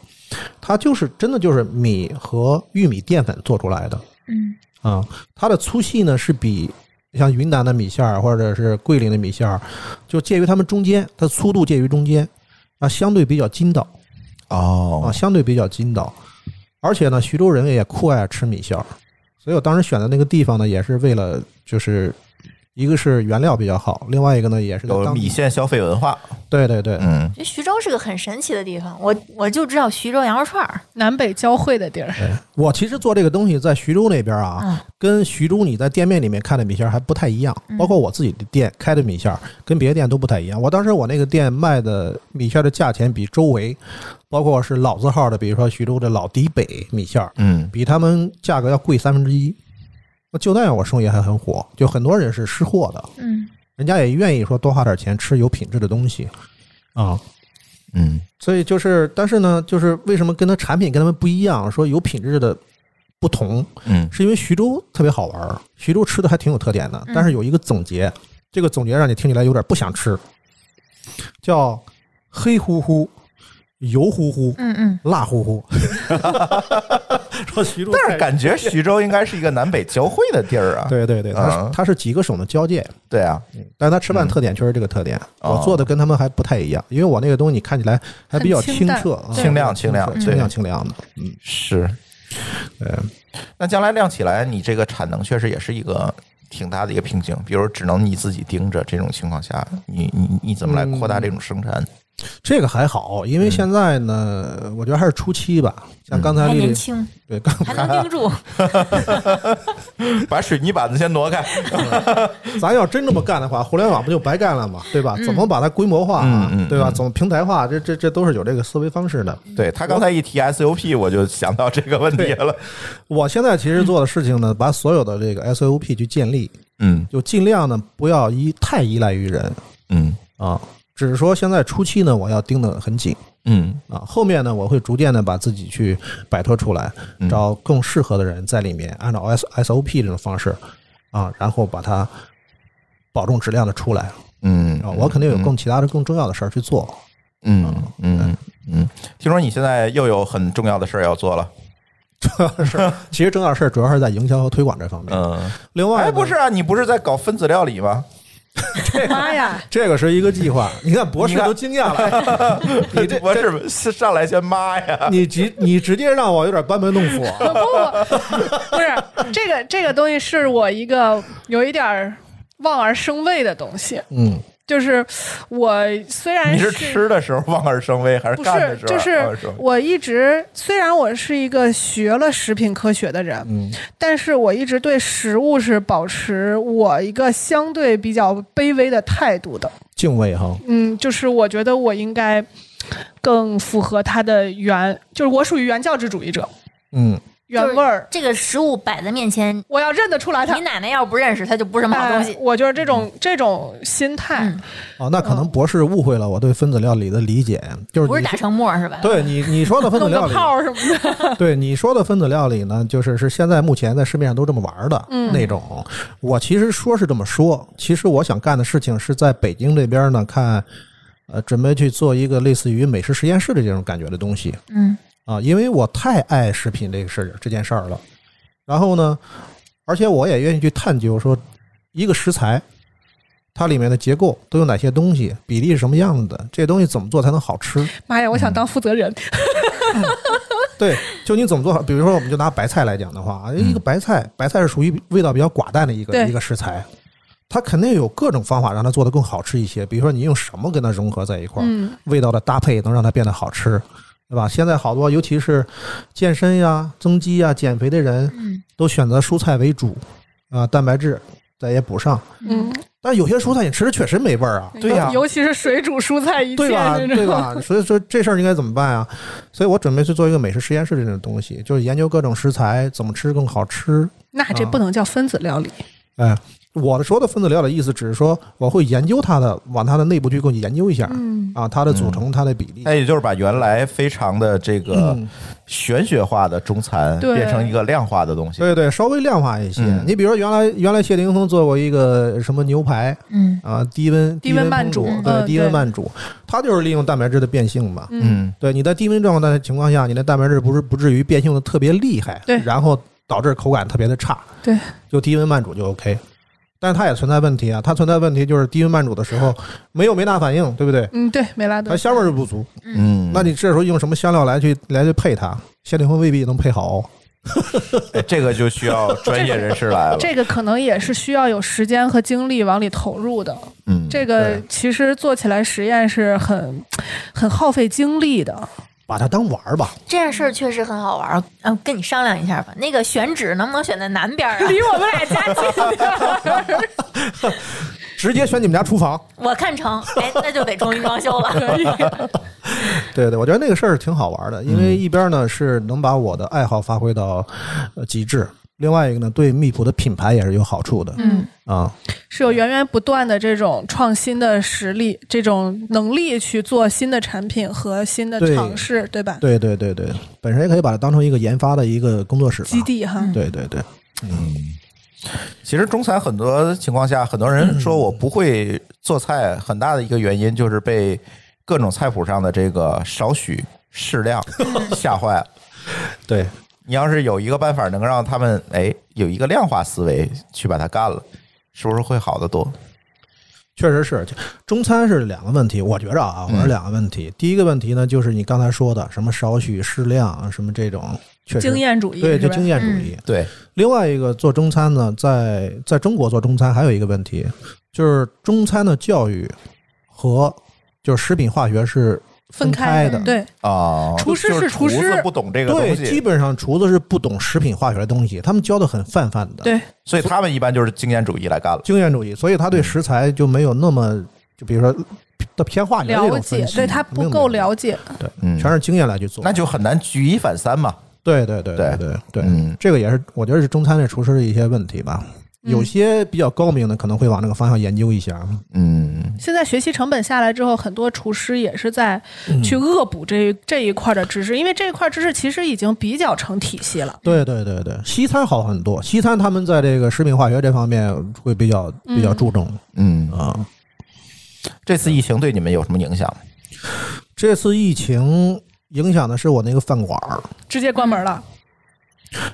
Speaker 5: 它就是真的就是米和玉米淀粉做出来的
Speaker 3: 嗯
Speaker 5: 啊、它的粗细呢是比像云南的米线儿或者是桂林的米线儿，就介于它们中间，它粗度介于中间，啊，相对比较筋道啊，
Speaker 2: 哦，
Speaker 5: 相对比较筋道，而且呢，徐州人也酷爱吃米线儿，所以我当时选的那个地方呢，也是为了就是。一个是原料比较好，另外一个呢也是在
Speaker 2: 有
Speaker 5: 当地
Speaker 2: 米线消费文化，
Speaker 5: 对对对，
Speaker 2: 嗯，
Speaker 3: 这徐州是个很神奇的地方，我我就知道徐州羊肉串儿，
Speaker 4: 南北交汇的地儿，
Speaker 5: 我其实做这个东西在徐州那边啊，
Speaker 3: 嗯
Speaker 5: 跟徐州你在店面里面看的米线还不太一样，包括我自己的店开的米线跟别的店都不太一样。我当时我那个店卖的米线的价钱比周围，包括是老字号的，比如说徐州的老迪北米线，
Speaker 2: 嗯
Speaker 5: 比他们价格要贵三分之一。那就那样，我生意还很火，就很多人是吃货的，
Speaker 3: 嗯
Speaker 5: 人家也愿意说多花点钱吃有品质的东西啊。
Speaker 2: 嗯
Speaker 5: 所以就是，但是呢，就是为什么跟它产品跟他们不一样，说有品质的不同，
Speaker 2: 嗯
Speaker 5: 是因为徐州特别好玩儿，徐州吃的还挺有特点的，
Speaker 3: 嗯
Speaker 5: 但是有一个总结，这个总结让你听起来有点不想吃，叫黑乎乎、油乎乎、
Speaker 3: 嗯嗯，
Speaker 5: 辣乎乎。 说徐州菜，
Speaker 2: 但是感觉徐州应该是一个南北交汇的地儿啊。
Speaker 5: 对对对，它是、
Speaker 2: 啊
Speaker 5: 它是几个省的交界，
Speaker 2: 对啊，
Speaker 5: 但是它吃饭特点确实这个特点。
Speaker 2: 哦
Speaker 5: 我做的跟他们还不太一样，因为我那个东西你看起来还比较
Speaker 4: 很清
Speaker 5: 清
Speaker 4: 淡
Speaker 5: 澈、啊
Speaker 4: 清
Speaker 2: 亮
Speaker 5: 清
Speaker 2: 清亮
Speaker 5: 澈
Speaker 2: 对
Speaker 5: 清亮清亮的。
Speaker 2: 是。
Speaker 5: 嗯，
Speaker 2: 那将来亮起来，你这个产能确实也是一个挺大的一个瓶颈。比如只能你自己盯着这种情况下，你你你怎么来扩大
Speaker 5: 嗯
Speaker 2: 这种生产？
Speaker 5: 这个还好，因为现在呢，
Speaker 2: 嗯
Speaker 5: 我觉得还是初期吧。像刚
Speaker 3: 嗯
Speaker 5: 才
Speaker 3: 还
Speaker 5: 丽
Speaker 3: 年
Speaker 5: 丽
Speaker 3: 轻，
Speaker 5: 对刚
Speaker 3: 还能盯 住，
Speaker 2: 把水泥板子先挪 开。
Speaker 5: 咱要真这么干 的话，互联网不就白干了吗？对吧？
Speaker 3: 嗯
Speaker 5: 怎么把它规模化啊？
Speaker 2: 嗯嗯
Speaker 5: 对吧？
Speaker 2: 嗯
Speaker 5: 怎么平台化？这这这都是有这个思维方式的。
Speaker 2: 对他刚才一提 SUP，我就想到这个问题了。
Speaker 5: 我现在其实做的事情呢，把所有的这个 SOP 去建立，
Speaker 2: 嗯
Speaker 5: 就尽量呢不要依太依赖于人
Speaker 2: 嗯
Speaker 5: 啊。只是说现在初期呢，我要盯得很紧
Speaker 2: 嗯
Speaker 5: 啊，后面呢，我会逐渐的把自己去摆脱出来，
Speaker 2: 嗯
Speaker 5: 找更适合的人在里面，按照 S SOP 这种方式啊，然后把它保证质量的出来
Speaker 2: 嗯
Speaker 5: 啊。我肯定有更其他的更重要的事儿去做。
Speaker 2: 嗯嗯嗯。听说你现在又有很重要的事儿要做了。
Speaker 5: 其实重要的事儿主要是在营销和推广这方面。
Speaker 2: 嗯，
Speaker 5: 另外呢，
Speaker 2: 哎，不是啊，你不是在搞分子料理吗？
Speaker 4: 妈呀！
Speaker 5: 这个是一个计 划。你看博士都惊讶了， 你啊这
Speaker 2: 我是是上来先妈呀！
Speaker 5: 你直你直接让我有点班门弄斧。
Speaker 4: 不不，不是这个这个东西是我一个有一点儿望而生畏的东西，
Speaker 5: 嗯，
Speaker 4: 就是我虽然
Speaker 2: 你是吃的时候望而生畏，还是啊
Speaker 4: 不
Speaker 2: 干的
Speaker 4: 是
Speaker 2: 时候
Speaker 4: 就是
Speaker 2: 望而生畏
Speaker 4: 我一直虽然我是一个学了食品科学的人，
Speaker 5: 嗯
Speaker 4: 但是我一直对食物是保持我一个相对比较卑微的态度的。
Speaker 5: 敬畏哈，
Speaker 4: 嗯，就是我觉得我应该更符合它的原，就是我属于原教旨主义者，
Speaker 5: 嗯，
Speaker 4: 原味儿，
Speaker 3: 这个食物摆在面前，
Speaker 4: 我要认得出来它
Speaker 3: 你。奶奶要不认识，它就不是什么好东
Speaker 4: 哎
Speaker 3: 西。
Speaker 4: 我就是这种这种心态。
Speaker 3: 嗯
Speaker 5: 哦，那可能博士误会了我对分子料理的理解，就是
Speaker 3: 不是
Speaker 5: 你
Speaker 3: 打成沫儿是吧？
Speaker 5: 对你你说的分子
Speaker 4: 弄
Speaker 5: 料
Speaker 4: 个
Speaker 5: 理，
Speaker 4: 泡儿什么的，
Speaker 5: 对你说的分子料理呢，就是是现在目前在市面上都这么玩儿的、
Speaker 4: 嗯
Speaker 5: 那种。我其实说是这么说，其实我想干的事情是在北京这边呢，看呃，准备去做一个类似于美食实验室的这种感觉的东西
Speaker 3: 嗯
Speaker 5: 啊，因为我太爱食品这个事儿这件事儿了。然后呢，而且我也愿意去探究说一个食材。它里面的结构都有哪些东西，比 例是什么样子的？这些东西怎么做才能好吃？
Speaker 4: 妈呀！我想当负责人，
Speaker 5: 对，就你怎么做好？比如说，我们就拿白菜来讲的话，一个白菜，白菜是属于味道比较寡淡的一个
Speaker 4: 嗯对
Speaker 5: 一个食材，它肯定有各种方法让它做得更好吃一些。比如说，你用什么跟它融合在一块儿，
Speaker 4: 嗯，
Speaker 5: 味道的搭配能让它变得好吃，对吧？现在好多，尤其是健身呀、增肌呀、减肥的人，
Speaker 3: 嗯
Speaker 5: 都选择蔬菜为主啊、蛋白质再也补上。
Speaker 4: 嗯，
Speaker 5: 但有些蔬菜你吃着确实没味儿啊，
Speaker 2: 对呀
Speaker 4: 尤其是水煮蔬菜一切
Speaker 5: 对吧？
Speaker 4: 这种
Speaker 5: 对吧？所以说这事儿应该怎么办啊？所以我准备去做一个美食实验室这种东西，就是研究各种食材怎么吃更好吃。
Speaker 4: 那
Speaker 5: 啊
Speaker 4: 这不能叫分子料理。啊
Speaker 5: 哎，我的说的分子料理意思只是说我会研究它的，往它的内部去构研究一下、
Speaker 4: 嗯
Speaker 5: 啊，它的组成、它的比例。
Speaker 2: 那也就是把原来非常的这个
Speaker 5: 嗯
Speaker 2: 玄学化的中餐
Speaker 4: 对
Speaker 2: 变成一个量化的东西。
Speaker 5: 对对，稍微量化一些。
Speaker 2: 嗯
Speaker 5: 你比如说，原来原来谢霆锋做过一个什么牛排
Speaker 3: 嗯
Speaker 5: 啊，低温
Speaker 4: 低温慢
Speaker 5: 烹
Speaker 4: 煮嗯
Speaker 5: 对，
Speaker 4: 嗯
Speaker 5: 低温
Speaker 4: 对
Speaker 5: 慢煮，它就是利用蛋白质的变性嘛。
Speaker 4: 嗯，
Speaker 2: 嗯，
Speaker 5: 对，你在低温状态的情况下，你的蛋白质不是不至于变性的特别厉害，
Speaker 4: 对
Speaker 5: 然后导致口感特别的差，
Speaker 4: 对，
Speaker 5: 就低温慢煮就 OK。但是它也存在问题啊，它存在问题就是低温慢煮的时候没有酶搭反应，对不对？
Speaker 4: 嗯，对，梅拉
Speaker 5: 它
Speaker 4: 德，
Speaker 5: 香味儿就不足，
Speaker 2: 嗯，
Speaker 5: 那你这时候用什么香料来去来去配它？谢霆锋未必能配好哦。
Speaker 2: 哎这个就需要专业人士来了。
Speaker 4: 这个可能也是需要有时间和精力往里投入的。
Speaker 2: 嗯，
Speaker 4: 这个其实做起来实验是很很耗费精力的。
Speaker 5: 把它当玩儿吧，
Speaker 3: 这件事儿确实很好玩儿，嗯，跟你商量一下吧。那个选址能不能选在南边 儿啊？
Speaker 4: 我们俩家近点
Speaker 5: 直接选你们家厨房。
Speaker 3: 我看成，哎，那就得重新装修了。
Speaker 5: 对对，我觉得那个事儿挺好玩的，因为一边呢是能把我的爱好发挥到呃极致，另外一个呢对密普的品牌也是有好处的
Speaker 3: 嗯，
Speaker 5: 啊。
Speaker 4: 是有源源不断的这种创新的实力、这种能力去做新的产品和新的
Speaker 5: 对
Speaker 4: 尝试，对吧？
Speaker 5: 对对对对，本身也可以把它当成一个研发的一个工作室吧
Speaker 4: 基。地哈，
Speaker 5: 对对对，
Speaker 2: 其实中餐很多情况下，很多
Speaker 5: 嗯
Speaker 2: 人说我不会做菜，很大的一个原因就是被各种菜谱上的这个少许适量 吓坏了。
Speaker 5: 对
Speaker 2: 你要是有一个办法能让他们哎有一个量化思维去把它干了，是不是会好得多？
Speaker 5: 确实是。就中餐是两个问题，我觉着啊，我
Speaker 2: 嗯
Speaker 5: 是两个问题。第一个问题呢，就是你刚才说的什么少许适量，什么这种，确实
Speaker 4: 经验主义
Speaker 5: 对，
Speaker 4: 是
Speaker 5: 就
Speaker 4: 吧嗯
Speaker 5: 经？验主义。
Speaker 2: 对，
Speaker 5: 另外一个做中餐呢，在在中国做中餐还有一个问题，就是中餐的教育和就是食品化学是
Speaker 4: 分
Speaker 5: 开
Speaker 4: 的，
Speaker 5: 的。
Speaker 4: 对，
Speaker 2: 啊，
Speaker 4: 厨师
Speaker 2: 就是
Speaker 4: 厨
Speaker 2: 厨
Speaker 4: 师
Speaker 2: 子不懂这个东
Speaker 5: 对，基
Speaker 2: 西，
Speaker 5: 本上厨子是不懂食品化学的东西，他们教的很泛泛的。
Speaker 4: 对
Speaker 2: 所以他们一般就是经验主义来干了。
Speaker 5: 经验主义，所以他对食材就没有那么，就比如说的偏化学这
Speaker 4: 了
Speaker 5: 种
Speaker 4: 解
Speaker 5: 分，析，
Speaker 4: 对他
Speaker 5: 没
Speaker 4: 不
Speaker 5: 有
Speaker 4: 够
Speaker 5: 那种，
Speaker 4: 了解，
Speaker 5: 对，
Speaker 2: 嗯
Speaker 5: 全是经验来去做。
Speaker 2: 那就很难举一反三嘛。
Speaker 5: 对对对对对对，
Speaker 2: 嗯
Speaker 5: 这个也是我觉得是中餐这厨师的一些问题吧。
Speaker 4: 嗯
Speaker 5: 有些比较高明的可能会往那个方向研究一下，
Speaker 2: 嗯，
Speaker 4: 现在学习成本下来之后，很多厨师也是在
Speaker 5: 嗯
Speaker 4: 去恶补这、这一块的知识，因为这一块知识其实已经比较成体系了。
Speaker 5: 对对对对，西餐好很多，西餐他们在这个食品化学这方面会比较
Speaker 4: 嗯
Speaker 5: 比较注重
Speaker 2: 嗯，
Speaker 5: 啊。
Speaker 2: 这次疫情对你们有什么影响吗？
Speaker 5: 这次疫情影响的是我那个饭馆儿，
Speaker 4: 直接关门了，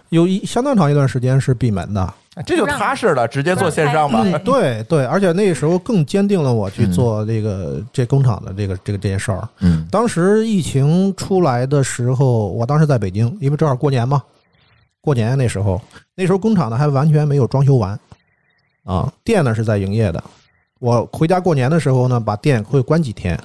Speaker 5: 有一相当长一段时间是闭门的。
Speaker 2: 啊这就踏实了，直接做线上吧。
Speaker 3: 嗯
Speaker 5: 对对，而且那时候更坚定了我去做这个这工厂的这个这个这件事儿。
Speaker 2: 嗯
Speaker 5: 当时疫情出来的时候，我当时在北京，因为正好过年嘛，过年那时候，那时候工厂呢还完全没有装修完，啊，店呢是在营业的。我回家过年的时候呢，把店会关几天。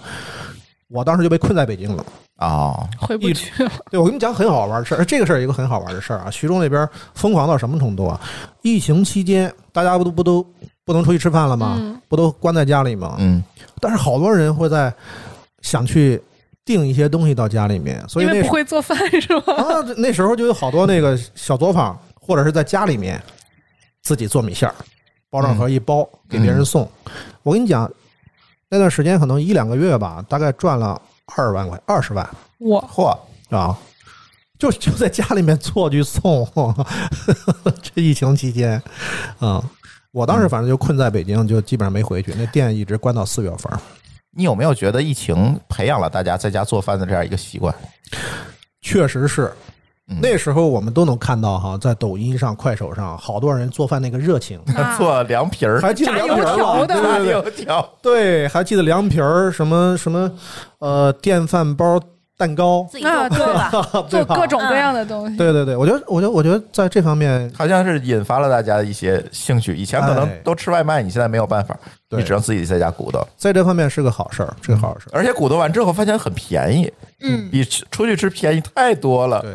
Speaker 5: 我当时就被困在北京了。
Speaker 2: 哦，
Speaker 5: 嗯
Speaker 4: 回不 去了。
Speaker 5: 对我跟你们讲很好玩的事儿，这个事儿有一个很好玩的事儿啊。徐州那边疯狂到什么程度啊？疫情期间，大家不都不都不能出去吃饭了吗？
Speaker 4: 嗯
Speaker 5: 不都关在家里吗？
Speaker 2: 嗯，
Speaker 5: 但是好多人会在想去订一些东西到家里面，所以
Speaker 4: 因
Speaker 5: 那
Speaker 4: 为
Speaker 5: 时
Speaker 4: 不
Speaker 5: 候
Speaker 4: 会做饭是吧？
Speaker 5: 啊，这那时候就有好多那个小作坊，或者是在家里面自己做米线儿，包装盒一包给别人送。我跟你讲，那段时间可能一两个月吧，大概赚了二万块，二十万
Speaker 4: 我
Speaker 2: 嚯，
Speaker 5: 啊。就就在家里面做去送， 这疫情期间，啊、我当时反正就困在北京，就基本上没回去。那店一直关到四月份儿，
Speaker 2: 你有没有觉得疫情培养了大家在家做饭的这样一个习惯？
Speaker 5: 确实是
Speaker 2: 嗯。
Speaker 5: 那时候我们都能看到哈，在抖音上、快手上，好多人做饭那个热情，
Speaker 4: 啊
Speaker 2: 做凉皮儿、
Speaker 5: 还记得
Speaker 4: 炸
Speaker 5: 凉
Speaker 4: 油
Speaker 5: 皮儿
Speaker 4: 条的
Speaker 5: 吗？对
Speaker 2: 炸
Speaker 5: 对对
Speaker 2: 油条，
Speaker 5: 对，还记得凉皮儿什么什么，呃，电饭煲蛋糕，
Speaker 3: 自己做做吧。
Speaker 4: 做
Speaker 5: 对吧
Speaker 4: 各种各样的东西。
Speaker 5: 对对对，我觉得，我觉得，我觉得在这方面，
Speaker 2: 好像是引发了大家的一些兴趣。以前可
Speaker 5: 哎
Speaker 2: 能都吃外卖，你现在没有办法，
Speaker 5: 对
Speaker 2: 你只能自己在家鼓捣。
Speaker 5: 在这方面是个好事儿，
Speaker 2: 嗯
Speaker 5: 是个好事儿。
Speaker 2: 而且鼓捣完之后发现很便宜，
Speaker 3: 嗯，
Speaker 2: 比吃出去吃便宜太多了。
Speaker 5: 对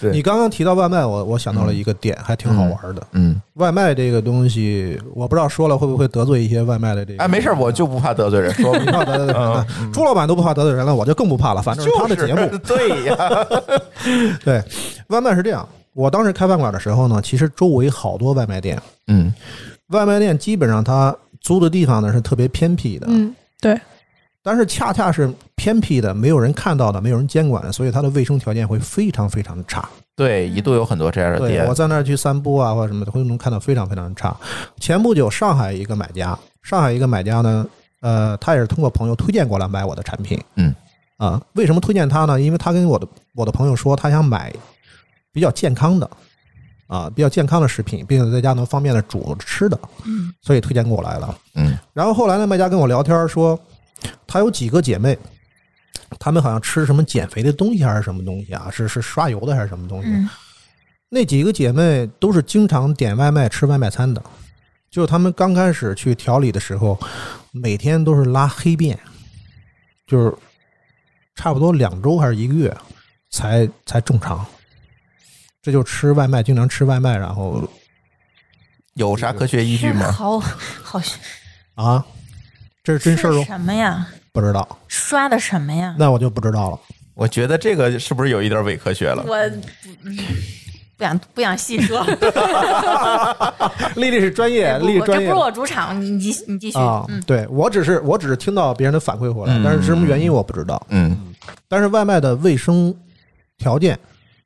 Speaker 2: 对
Speaker 5: 你刚刚提到外卖，我我想到了一个点，还挺好玩的。
Speaker 2: 嗯，
Speaker 5: 外卖这个东西，我不知道说了会不会得罪一些外卖的这个。啊
Speaker 2: 哎，没事儿，我就不怕得罪人，说
Speaker 5: 不怕得罪人了，朱老板都不怕得罪人了，我 就更不怕了。反正是他
Speaker 2: 就是
Speaker 5: 的节目，
Speaker 2: 对呀，
Speaker 5: 对外卖是这样。我当时开饭馆的时候呢，其实周围好多外卖店，
Speaker 2: 嗯，
Speaker 5: 外卖店基本上它租的地方呢是特别偏僻的，
Speaker 4: 嗯，对，
Speaker 5: 但是恰恰是偏僻的，没有人看到的，没有人监管的，所以它的卫生条件会非常非常的差。
Speaker 2: 对，一度有很多这样的
Speaker 5: 对，
Speaker 2: 店
Speaker 5: 我，在那儿去散步啊或者什么的，会能看到非常非常差。前不久上海一个买家，上海一个买家呢，呃，他也是通过朋友推荐过来买我的产品。
Speaker 2: 嗯，
Speaker 5: 啊，为什么推荐他呢？因为他跟我的我的朋友说，他想买比较健康的。啊，比较健康的食品，并且在家能方便的煮吃的，
Speaker 3: 嗯，
Speaker 5: 所以推荐过来了。
Speaker 2: 嗯
Speaker 5: 然后后来呢，卖家跟我聊天说，他有几个姐妹，她们好像吃什么减肥的东西还是什么东西啊？是是刷油的还是什么东西？
Speaker 3: 嗯
Speaker 5: 那几个姐妹都是经常点外卖、吃外卖餐的，就是她们刚开始去调理的时候，每天都是拉黑便，就是差不多两周还是一个月才才正常。这就吃外卖，经常吃外卖，然后
Speaker 2: 有啥科学依据
Speaker 3: 这
Speaker 2: 吗？
Speaker 3: 好好是
Speaker 5: 啊，这是真事儿哦，
Speaker 3: 什么呀？
Speaker 5: 不知道，
Speaker 3: 刷的什么呀？
Speaker 5: 那我就不知道了。
Speaker 2: 我觉得这个是不是有一点伪科学了？
Speaker 3: 我不不想不想细说，
Speaker 5: 丽丽是专 业，
Speaker 3: 不
Speaker 5: 丽丽
Speaker 3: 这
Speaker 5: 专
Speaker 3: 不
Speaker 5: 业
Speaker 3: 是我主场，你继你继续，
Speaker 5: 啊
Speaker 3: 嗯，
Speaker 5: 对我只是我只是听到别人的反馈回来
Speaker 2: 嗯，
Speaker 5: 但是什么原因我不知道。
Speaker 2: 嗯，
Speaker 5: 但是外卖的卫生条件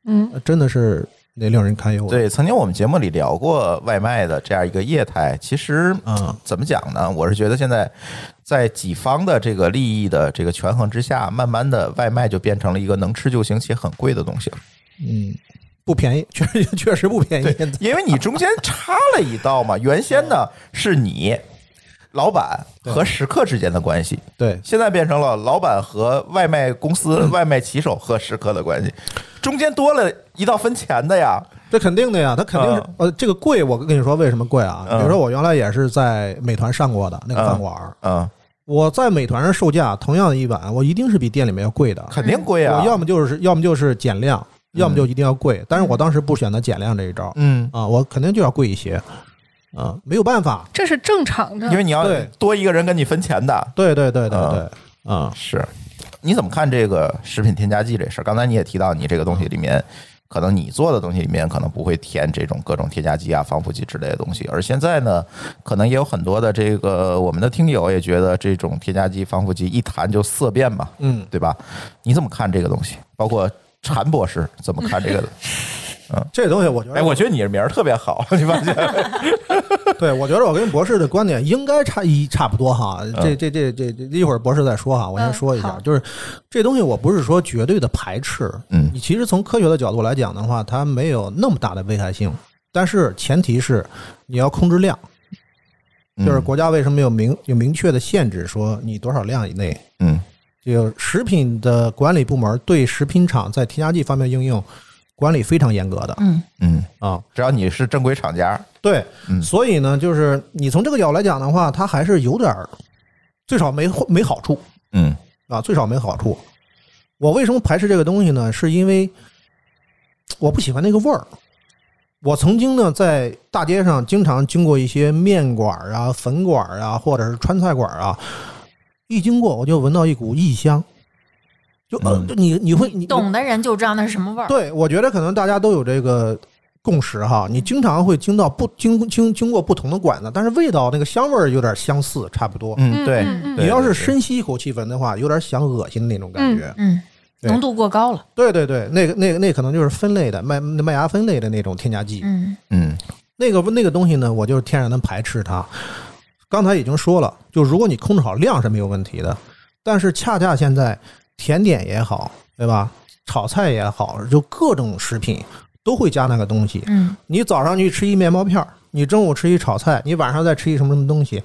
Speaker 4: 嗯，
Speaker 5: 呃真的是得令人堪忧啊的。
Speaker 2: 对，曾经我们节目里聊过外卖的这样一个业态，其实
Speaker 5: 嗯
Speaker 2: 怎么讲呢？我是觉得现在在几方的这个利益的这个权衡之下，慢慢的外卖就变成了一个能吃就行且很贵的东西了，
Speaker 5: 嗯，不便宜， 确实确实不便宜。现在
Speaker 2: 因为你中间插了一道嘛。原先呢是你老板和食客之间的关系，
Speaker 5: 对
Speaker 2: 现在变成了老板和外卖公司、外卖骑手和食客的关系，中间多了一道分钱的呀。
Speaker 5: 这肯定的呀，它肯定是
Speaker 2: 嗯
Speaker 5: 呃，这个贵，我跟你说为什么贵啊？
Speaker 2: 嗯
Speaker 5: 比如说我原来也是在美团上过的那个饭馆儿，
Speaker 2: 嗯，
Speaker 5: 我在美团上售价同样的一碗，我一定是比店里面要贵的。
Speaker 2: 肯定贵啊
Speaker 5: 我。要么就是要么就是减量，要么就一定要贵。但是我当时不选择减量这一招
Speaker 2: 嗯，
Speaker 5: 啊，我肯定就要贵一些啊，没有办法。
Speaker 4: 这是正常的，
Speaker 2: 因为你要
Speaker 5: 对
Speaker 2: 多一个人跟你分钱的。
Speaker 5: 对对对对
Speaker 2: 嗯
Speaker 5: 对啊，
Speaker 2: 是，你怎么看这个食品添加剂这事儿？刚才你也提到，你这个东西里面，可能你做的东西里面可能不会添这种各种添加剂啊、防腐剂之类的东西。而现在呢，可能也有很多的这个我们的听友也觉得这种添加剂、防腐剂一谈就色变嘛，
Speaker 5: 嗯，
Speaker 2: 对吧？你怎么看这个东西？包括禅博士怎么看这 个？
Speaker 5: 这东西我觉
Speaker 2: 哎，
Speaker 5: 得，
Speaker 2: 我觉得你这名儿特别好，你发现？
Speaker 5: 对我觉得我跟博士的观点应该差一差不多哈。
Speaker 2: 嗯
Speaker 5: 这这这这这一会儿博士再说哈，我先
Speaker 4: 嗯
Speaker 5: 说一下，
Speaker 4: 好
Speaker 5: 就是这东西我不是说绝对的排斥，
Speaker 2: 嗯
Speaker 5: 你其实从科学的角度来讲的话，它没有那么大的危害性，但是前提是你要控制量。
Speaker 2: 嗯
Speaker 5: 就是国家为什么有明有明确的限制，说你多少量以内？
Speaker 2: 嗯
Speaker 5: 就食品的管理部门对食品厂在添加剂方面应用管理非常严格的
Speaker 3: 嗯
Speaker 2: 嗯，
Speaker 5: 啊。
Speaker 2: 只要你是正规厂家，
Speaker 5: 对，
Speaker 2: 嗯
Speaker 5: 所以呢，就是你从这个角度来讲的话，它还是有点儿，最少没没好处
Speaker 2: 嗯
Speaker 5: 啊，最少没好处。我为什么排斥这个东西呢？是因为我不喜欢那个味儿。我曾经呢，在大街上经常经过一些面馆儿啊、粉馆儿啊，或者是川菜馆儿啊，一经过我就闻到一股异香，就呃
Speaker 2: 嗯，
Speaker 5: 就你你会你
Speaker 3: 懂的人就知道那是什么味儿。
Speaker 5: 对，我觉得可能大家都有这个共识哈。
Speaker 2: 嗯
Speaker 5: 你经常会经到不经经经过不同的馆子，但是味道那个香味儿有点相似，差不多。
Speaker 2: 嗯，对，
Speaker 4: 嗯
Speaker 2: 对
Speaker 5: 你要是
Speaker 2: 对
Speaker 5: 深吸一口气闻的话，有点想恶心的那种感觉。
Speaker 3: 嗯，
Speaker 5: 对
Speaker 3: 浓度过高了。
Speaker 5: 对对对，那个那个那可能就是分类的麦麦芽分类的那种添加剂。
Speaker 3: 嗯
Speaker 2: 嗯
Speaker 5: 那个那个东西呢，我就是天然的排斥它。刚才已经说了，就如果你控制好量是没有问题的，但是恰恰现在甜点也好，对吧？炒菜也好，就各种食品都会加那个东西。
Speaker 3: 嗯，
Speaker 5: 你早上去吃一面包片儿，你中午吃一炒菜，你晚上再吃一什么什么东西，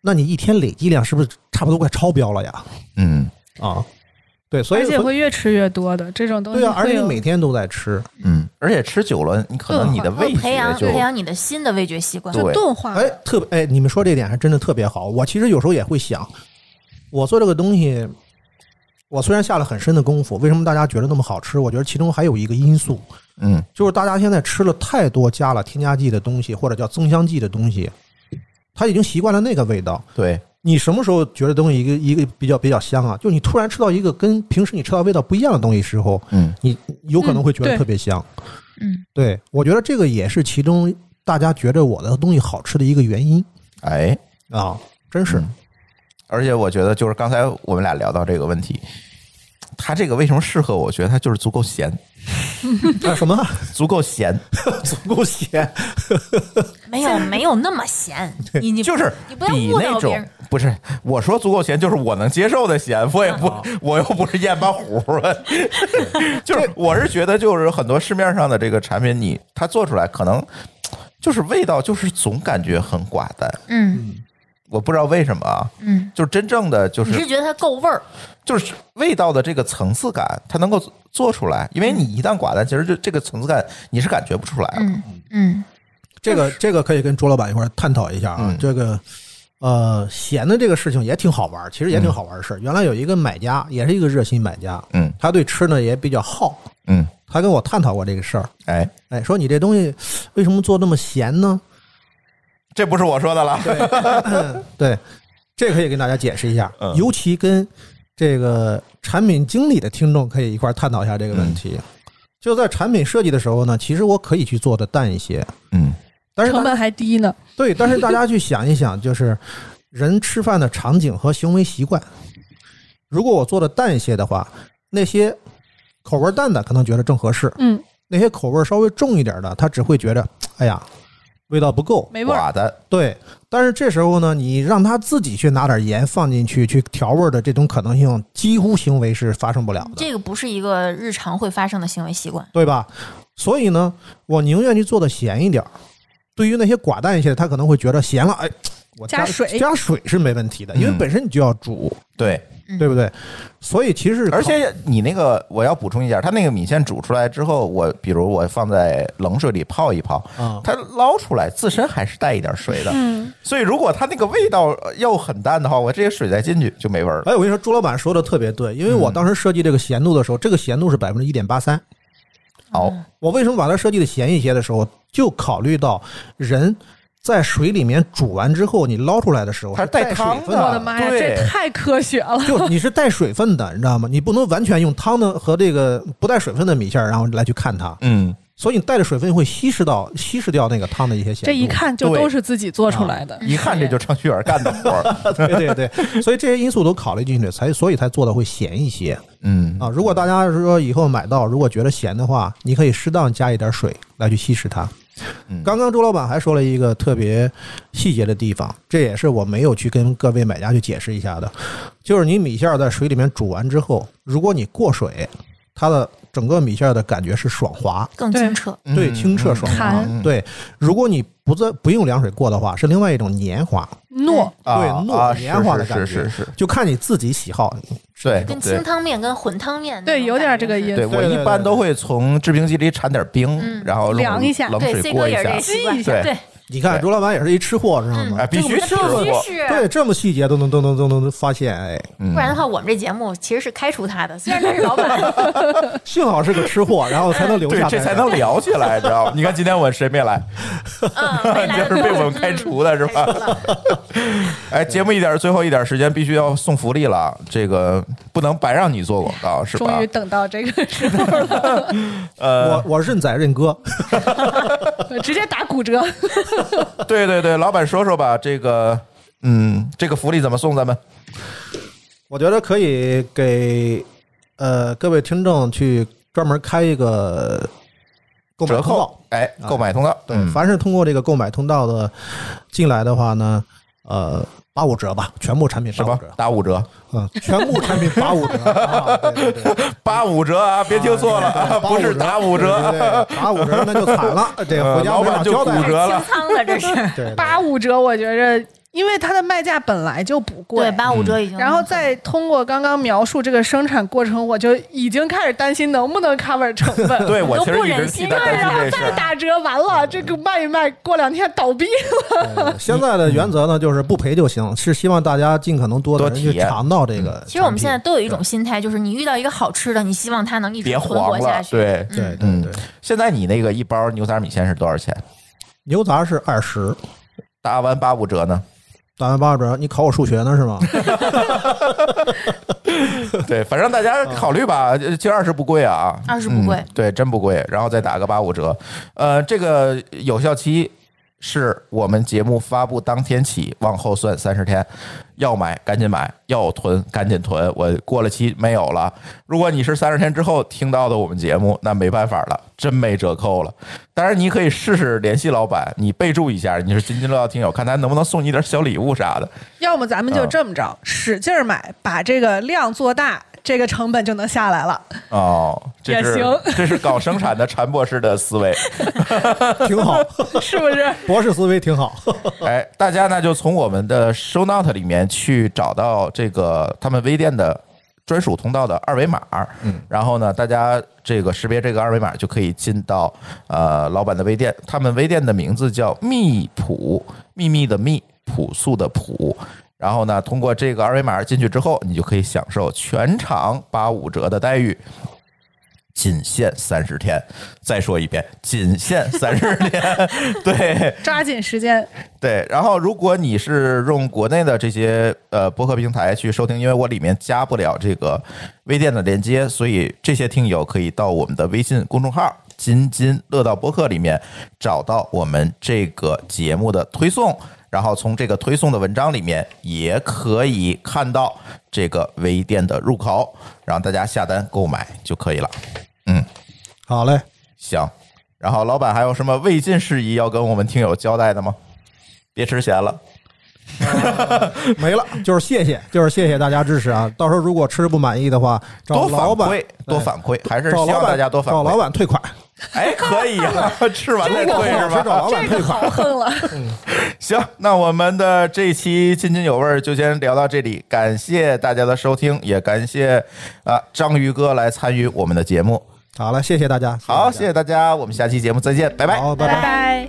Speaker 5: 那你一天累积量是不是差不多快超标了呀？
Speaker 2: 嗯，
Speaker 5: 啊，对，所以
Speaker 6: 而且会越吃越多的这种东西
Speaker 5: 对
Speaker 6: 会
Speaker 5: 啊
Speaker 6: 有。，
Speaker 5: 而且你每天都在吃，
Speaker 2: 嗯，而且吃久了，你可能你的味
Speaker 3: 嗯会培
Speaker 2: 觉
Speaker 3: 养
Speaker 2: 就
Speaker 3: 培养你的新的味觉习惯。
Speaker 2: 对
Speaker 4: 钝
Speaker 6: 啊
Speaker 4: 化。
Speaker 5: 哎，特别哎，你们说这点还真的特别好。我其实有时候也会想，我做这个东西，我虽然下了很深的功夫，为什么大家觉得那么好吃？我觉得其中还有一个因素，
Speaker 2: 嗯
Speaker 5: 就是大家现在吃了太多加了添加剂的东西，或者叫增香剂的东西，他已经习惯了那个味道。
Speaker 2: 对
Speaker 5: 你什么时候觉得东西一个一个比较比较香啊？就你突然吃到一个跟平时你吃到味道不一样的东西时候，
Speaker 2: 嗯
Speaker 5: 你有可能会
Speaker 4: 嗯
Speaker 5: 觉得
Speaker 4: 对
Speaker 5: 特别香。
Speaker 3: 嗯，
Speaker 5: 对我觉得这个也是其中大家觉得我的东西好吃的一个原因
Speaker 2: 哎，
Speaker 5: 啊，真是。
Speaker 2: 嗯而且我觉得就是刚才我们俩聊到这个问题，它这个为什么适合我？我觉得它就是足够咸，
Speaker 5: 啊什么
Speaker 2: 足够咸，
Speaker 5: 足够咸？
Speaker 3: 没有没有那 么咸，你你
Speaker 2: 就是
Speaker 3: 你不要
Speaker 2: 比
Speaker 3: 误
Speaker 2: 那
Speaker 3: 导别
Speaker 2: 种
Speaker 3: 人。
Speaker 2: 不是我说足够咸，就是我能接受的咸，我也
Speaker 5: 哦
Speaker 2: 不，我又不是燕巴糊，啊 就是我是觉得就是很多市面上的这个产品，你它做出来可能就是味道就是总感觉很寡淡，
Speaker 3: 嗯
Speaker 2: 我不知道为什么啊，
Speaker 3: 嗯，
Speaker 2: 就是真正的就
Speaker 3: 你是
Speaker 2: 是
Speaker 3: 觉得它够味儿？
Speaker 2: 就是味道的这个层次感，它能够做出来，因为你一旦寡淡，其实就这个层次感你是感觉不出来了，
Speaker 3: 嗯嗯
Speaker 5: 这个这个可以跟朱老板一块儿探讨一下啊。
Speaker 2: 嗯
Speaker 5: 这个呃，咸的这个事情也挺好玩儿，其实也挺好玩儿的事儿。原来有一个买家，也是一个热心买家，
Speaker 2: 嗯
Speaker 5: 他对吃呢也比较好，
Speaker 2: 嗯，
Speaker 5: 他跟我探讨过这个事儿。
Speaker 2: 哎，
Speaker 5: 哎，说你这东西为什么做那么咸呢？
Speaker 2: 这不是我说的了，
Speaker 5: 对，这可以跟大家解释一下，
Speaker 2: 嗯
Speaker 5: 尤其跟这个产品经理的听众可以一块儿探讨一下这个问题。就在产品设计的时候呢，其实我可以去做的淡一些，
Speaker 2: 嗯
Speaker 5: 但是大
Speaker 4: 成本还低呢，
Speaker 5: 对，但是大家去想一想，就是人吃饭的场景和行为习惯。如果我做的淡一些的话，那些口味淡的可能觉得正合适，
Speaker 4: 嗯，
Speaker 5: 那些口味稍微重一点的，他只会觉得，哎呀，味道不够。
Speaker 4: 没味儿。
Speaker 2: 寡淡，
Speaker 5: 对，但是这时候呢，你让他自己去拿点盐放进去去调味儿的这种可能性，几乎行为是发生不了的，
Speaker 3: 这个不是一个日常会发生的行为习惯。
Speaker 5: 对吧？所以呢，我宁愿去做的咸一点儿。对于那些寡淡一些的，他可能会觉得咸了，哎，我
Speaker 4: 加
Speaker 5: 加
Speaker 4: 水
Speaker 5: 加水是没问题的，因为
Speaker 2: 嗯
Speaker 5: 本身你就要煮，
Speaker 2: 对。
Speaker 4: 嗯
Speaker 3: 嗯
Speaker 5: 对不对？所以其实
Speaker 2: 而且你那个，我要补充一下，它那个米线煮出来之后，我比如我放在冷水里泡一泡，
Speaker 5: 啊，
Speaker 2: 它捞出来自身还是带一点水的。
Speaker 4: 嗯，
Speaker 2: 所以如果它那个味道呃又很淡的话，我这些水再进去就没味儿了。
Speaker 5: 哎，我跟你说，朱老板说的特别对，
Speaker 2: 嗯
Speaker 5: 因为我当时设计这个咸度的时候，这个咸度是百分之一点八三。
Speaker 2: 好，
Speaker 5: 我为什么把它设计的咸一些的时候，就考虑到人在水里面煮完之后，你捞出来的时啊候
Speaker 2: 它是
Speaker 5: 带
Speaker 2: 带汤
Speaker 5: 水
Speaker 2: 的
Speaker 5: 分
Speaker 4: 我的妈呀，
Speaker 2: 对
Speaker 4: 这太科学了。
Speaker 5: 就你是带水分的，你知道吗？你不能完全用汤的和这个不带水分的米线儿，然后来去看它，
Speaker 2: 嗯，
Speaker 5: 所以你带着水分会稀释到稀释掉那个汤的一些咸度。
Speaker 4: 这一，看就
Speaker 2: 对
Speaker 4: 都是自己做
Speaker 5: 啊
Speaker 4: 出来的，
Speaker 2: 一看这就程序员干的活儿。
Speaker 5: 对对对，所以这些因素都考虑进去，才所以才做的会咸一些
Speaker 2: 嗯，
Speaker 5: 啊。如果大家是说以后买到，如果觉得咸的话，你可以适当加一点水来去稀释它。
Speaker 2: 嗯
Speaker 5: 刚刚周老板还说了一个特别细节的地方，这也是我没有去跟各位买家去解释一下的，就是你米线儿在水里面煮完之后，如果你过水，它的整个米线儿的感觉是爽滑，
Speaker 3: 更
Speaker 4: 对
Speaker 3: 清澈。
Speaker 2: 嗯
Speaker 5: 对清澈爽
Speaker 4: 滑
Speaker 2: 嗯
Speaker 5: 对。如果你不在不用凉水过的话，是另外一种黏滑，
Speaker 4: 糯
Speaker 2: 啊
Speaker 5: 对
Speaker 2: 啊
Speaker 5: 糯
Speaker 2: 是
Speaker 5: 黏滑的
Speaker 2: 是
Speaker 5: 感觉，
Speaker 2: 是是是，
Speaker 5: 就看你自己喜好。
Speaker 2: 对
Speaker 3: 跟
Speaker 2: 对
Speaker 3: 清汤面跟混汤面那
Speaker 4: 对
Speaker 3: 种
Speaker 4: 有点
Speaker 3: 感觉
Speaker 4: 这个
Speaker 3: 是
Speaker 4: 意思
Speaker 2: 对，我
Speaker 5: 对对
Speaker 2: 一
Speaker 5: 对
Speaker 2: 般
Speaker 5: 对
Speaker 2: 都会从制冰机里掺点冰
Speaker 3: 嗯，
Speaker 2: 然后
Speaker 4: 凉
Speaker 2: 用
Speaker 4: 一下
Speaker 2: 冷
Speaker 3: 对
Speaker 2: 水
Speaker 3: C
Speaker 2: 过
Speaker 3: 哥
Speaker 2: 一
Speaker 3: 也是
Speaker 2: 下
Speaker 3: 这，习惯，
Speaker 2: 对
Speaker 3: 对，
Speaker 5: 你看，朱老板也是一吃货，知道吗
Speaker 2: 哎，？必须
Speaker 3: 那
Speaker 2: 吃
Speaker 3: 必须
Speaker 2: 过。
Speaker 3: 是，
Speaker 5: 对，这么细节都能都能都能都能发现，哎，
Speaker 2: 嗯
Speaker 3: 不然的话，我们这节目其实是开除他的，虽然他是 老板，
Speaker 5: 幸好是个吃货，然后才能留
Speaker 2: 对
Speaker 5: 下，来。
Speaker 2: 这才能聊起来，知道吗？你看今天我谁没来？
Speaker 3: 嗯，没
Speaker 2: 你
Speaker 3: 来嗯
Speaker 2: 这
Speaker 3: 的
Speaker 2: 是被我们开除的是吧？哎，节目一点最后一点时间必须要送福利了，这个不能白让你做广告是吧呃
Speaker 4: 终于？等到这个时 候了，
Speaker 5: 我我认宰认哥，
Speaker 4: 直接打骨折。
Speaker 2: 对对对，老板说说吧，这个嗯，这个福利怎么送咱们？
Speaker 5: 我觉得可以给呃各位听众去专门开一个购买
Speaker 2: 折
Speaker 5: 通道
Speaker 2: 扣，，哎，购买通道，
Speaker 5: 对，
Speaker 2: 嗯
Speaker 5: 凡是通过这个购买通道的进来的话呢，呃，八五折吧，全部产品
Speaker 2: 是
Speaker 5: 八五
Speaker 2: 吧
Speaker 5: 折？，
Speaker 2: 打五折，
Speaker 5: 嗯，全部产品八五折，啊对对对，
Speaker 2: 八五折啊！别听错了，啊不是打五
Speaker 5: 对，对
Speaker 2: 折。
Speaker 5: 对打五折那就惨了，这
Speaker 2: 呃
Speaker 5: 回家
Speaker 2: 老
Speaker 5: 没
Speaker 2: 板
Speaker 5: 法
Speaker 2: 就
Speaker 5: 交
Speaker 2: 骨
Speaker 5: 代，
Speaker 2: 折了
Speaker 3: 清，仓了，这是
Speaker 5: 对，对
Speaker 4: 八五折，我觉着因为它的卖价本来就不贵
Speaker 3: 对，。八五折已经。
Speaker 4: 嗯然后再通过刚刚描述这个生产过程，我就已经开始担心能不能 cover 成 本。
Speaker 2: 对我
Speaker 3: 都
Speaker 2: 其实
Speaker 3: 不
Speaker 2: 一
Speaker 3: 忍
Speaker 2: 直
Speaker 3: 心
Speaker 2: 替他担
Speaker 4: 然
Speaker 2: 心
Speaker 4: 后
Speaker 2: 这事
Speaker 4: 再
Speaker 2: 儿。
Speaker 4: 打折，完了这个卖一卖，过两天倒闭。
Speaker 5: 呃现在的原则呢，就是不赔就行，是希望大家尽可能多的
Speaker 2: 多
Speaker 5: 人
Speaker 2: 体
Speaker 5: 去
Speaker 2: 验
Speaker 5: 尝到这个。
Speaker 3: 其实我们现在。都有一种心态，就是你遇到一个好吃的，你希望它能一直
Speaker 2: 别
Speaker 3: 存
Speaker 2: 黄
Speaker 3: 活
Speaker 2: 了
Speaker 3: 下，去。
Speaker 2: 对。
Speaker 5: 对对
Speaker 2: 嗯
Speaker 5: 对，
Speaker 2: 现在你那个一包牛杂米线是多少钱？
Speaker 5: 牛杂是二十，
Speaker 2: 打完八五折呢？
Speaker 5: 打完八折，你考我数学呢是吗？
Speaker 2: 对，反正大家考虑吧，呃其实二十不贵啊，
Speaker 3: 20不贵
Speaker 2: 嗯对，真不贵，然后再打个八五折，呃，这个有效期是我们节目发布当天起往后算三十天，要买赶紧买，要囤赶紧囤，我过了期没有了。如果你是三十天之后听到的我们节目，那没办法了，真没折扣了。当然，你可以试试联系老板，你备注一下你是津津乐道听友，看他能不能送你点小礼物啥的。
Speaker 4: 要么咱们就这么
Speaker 5: 嗯
Speaker 4: 着，使劲儿买，把这个量做大，这个成本就能下来了。
Speaker 2: 哦，这
Speaker 4: 也
Speaker 2: 是
Speaker 4: 行
Speaker 2: 这是搞生产的 陈博士的思维。
Speaker 5: 挺好，
Speaker 4: 是不是？
Speaker 5: 博士思维挺好。
Speaker 2: 哎，大家呢就从我们的 show note 里面去找到这个他们微店的专属通道的二维码，嗯，然后呢，大家这个识别这个二维码就可以进到呃老板的微店，他们微店的名字叫密普，秘密的密，朴素的朴。然后呢，通过这个二维码进去之后，你就可以享受全场八五折的待遇，仅限三十天。再说一遍，仅限三十天。 对，
Speaker 4: 抓紧时间，
Speaker 2: 对，然后如果你是用国内的这些呃播客平台去收听，因为我里面加不了这个微店的链接，所以这些听友可以到我们的微信公众号“津津乐道播客”里面找到我们这个节目的推送，然后从这个推送的呃文章里面也可以看到这个微店的入口，让大家下单购买就可以了。
Speaker 5: 好嘞，
Speaker 2: 行，然后老板还有什么未尽事宜要跟我们听友交代的吗？别吃咸了。
Speaker 5: 没了，就是谢谢，就是谢谢大家支持啊！到时候如果吃不满意的话，找
Speaker 2: 多反
Speaker 5: 老板哎
Speaker 2: 馈，多反馈，还是希
Speaker 5: 找
Speaker 2: 望
Speaker 5: 老板
Speaker 2: 大家多反馈。
Speaker 5: 找老板退款，
Speaker 2: 哎，可以 啊，吃完再 退是吧？
Speaker 5: 找老板
Speaker 4: 这
Speaker 5: 退
Speaker 4: 个
Speaker 5: 款。
Speaker 4: 好横了。
Speaker 2: 行，那我们的这期津津有味儿就先聊到这里，感谢大家的收听，也感谢啊、章鱼哥来参与我们的节目。
Speaker 5: 好了，谢谢大家，
Speaker 2: 好，
Speaker 5: 大家
Speaker 2: 谢谢大家，我们下期节目再见，拜拜。
Speaker 5: 好，拜拜。
Speaker 4: 拜。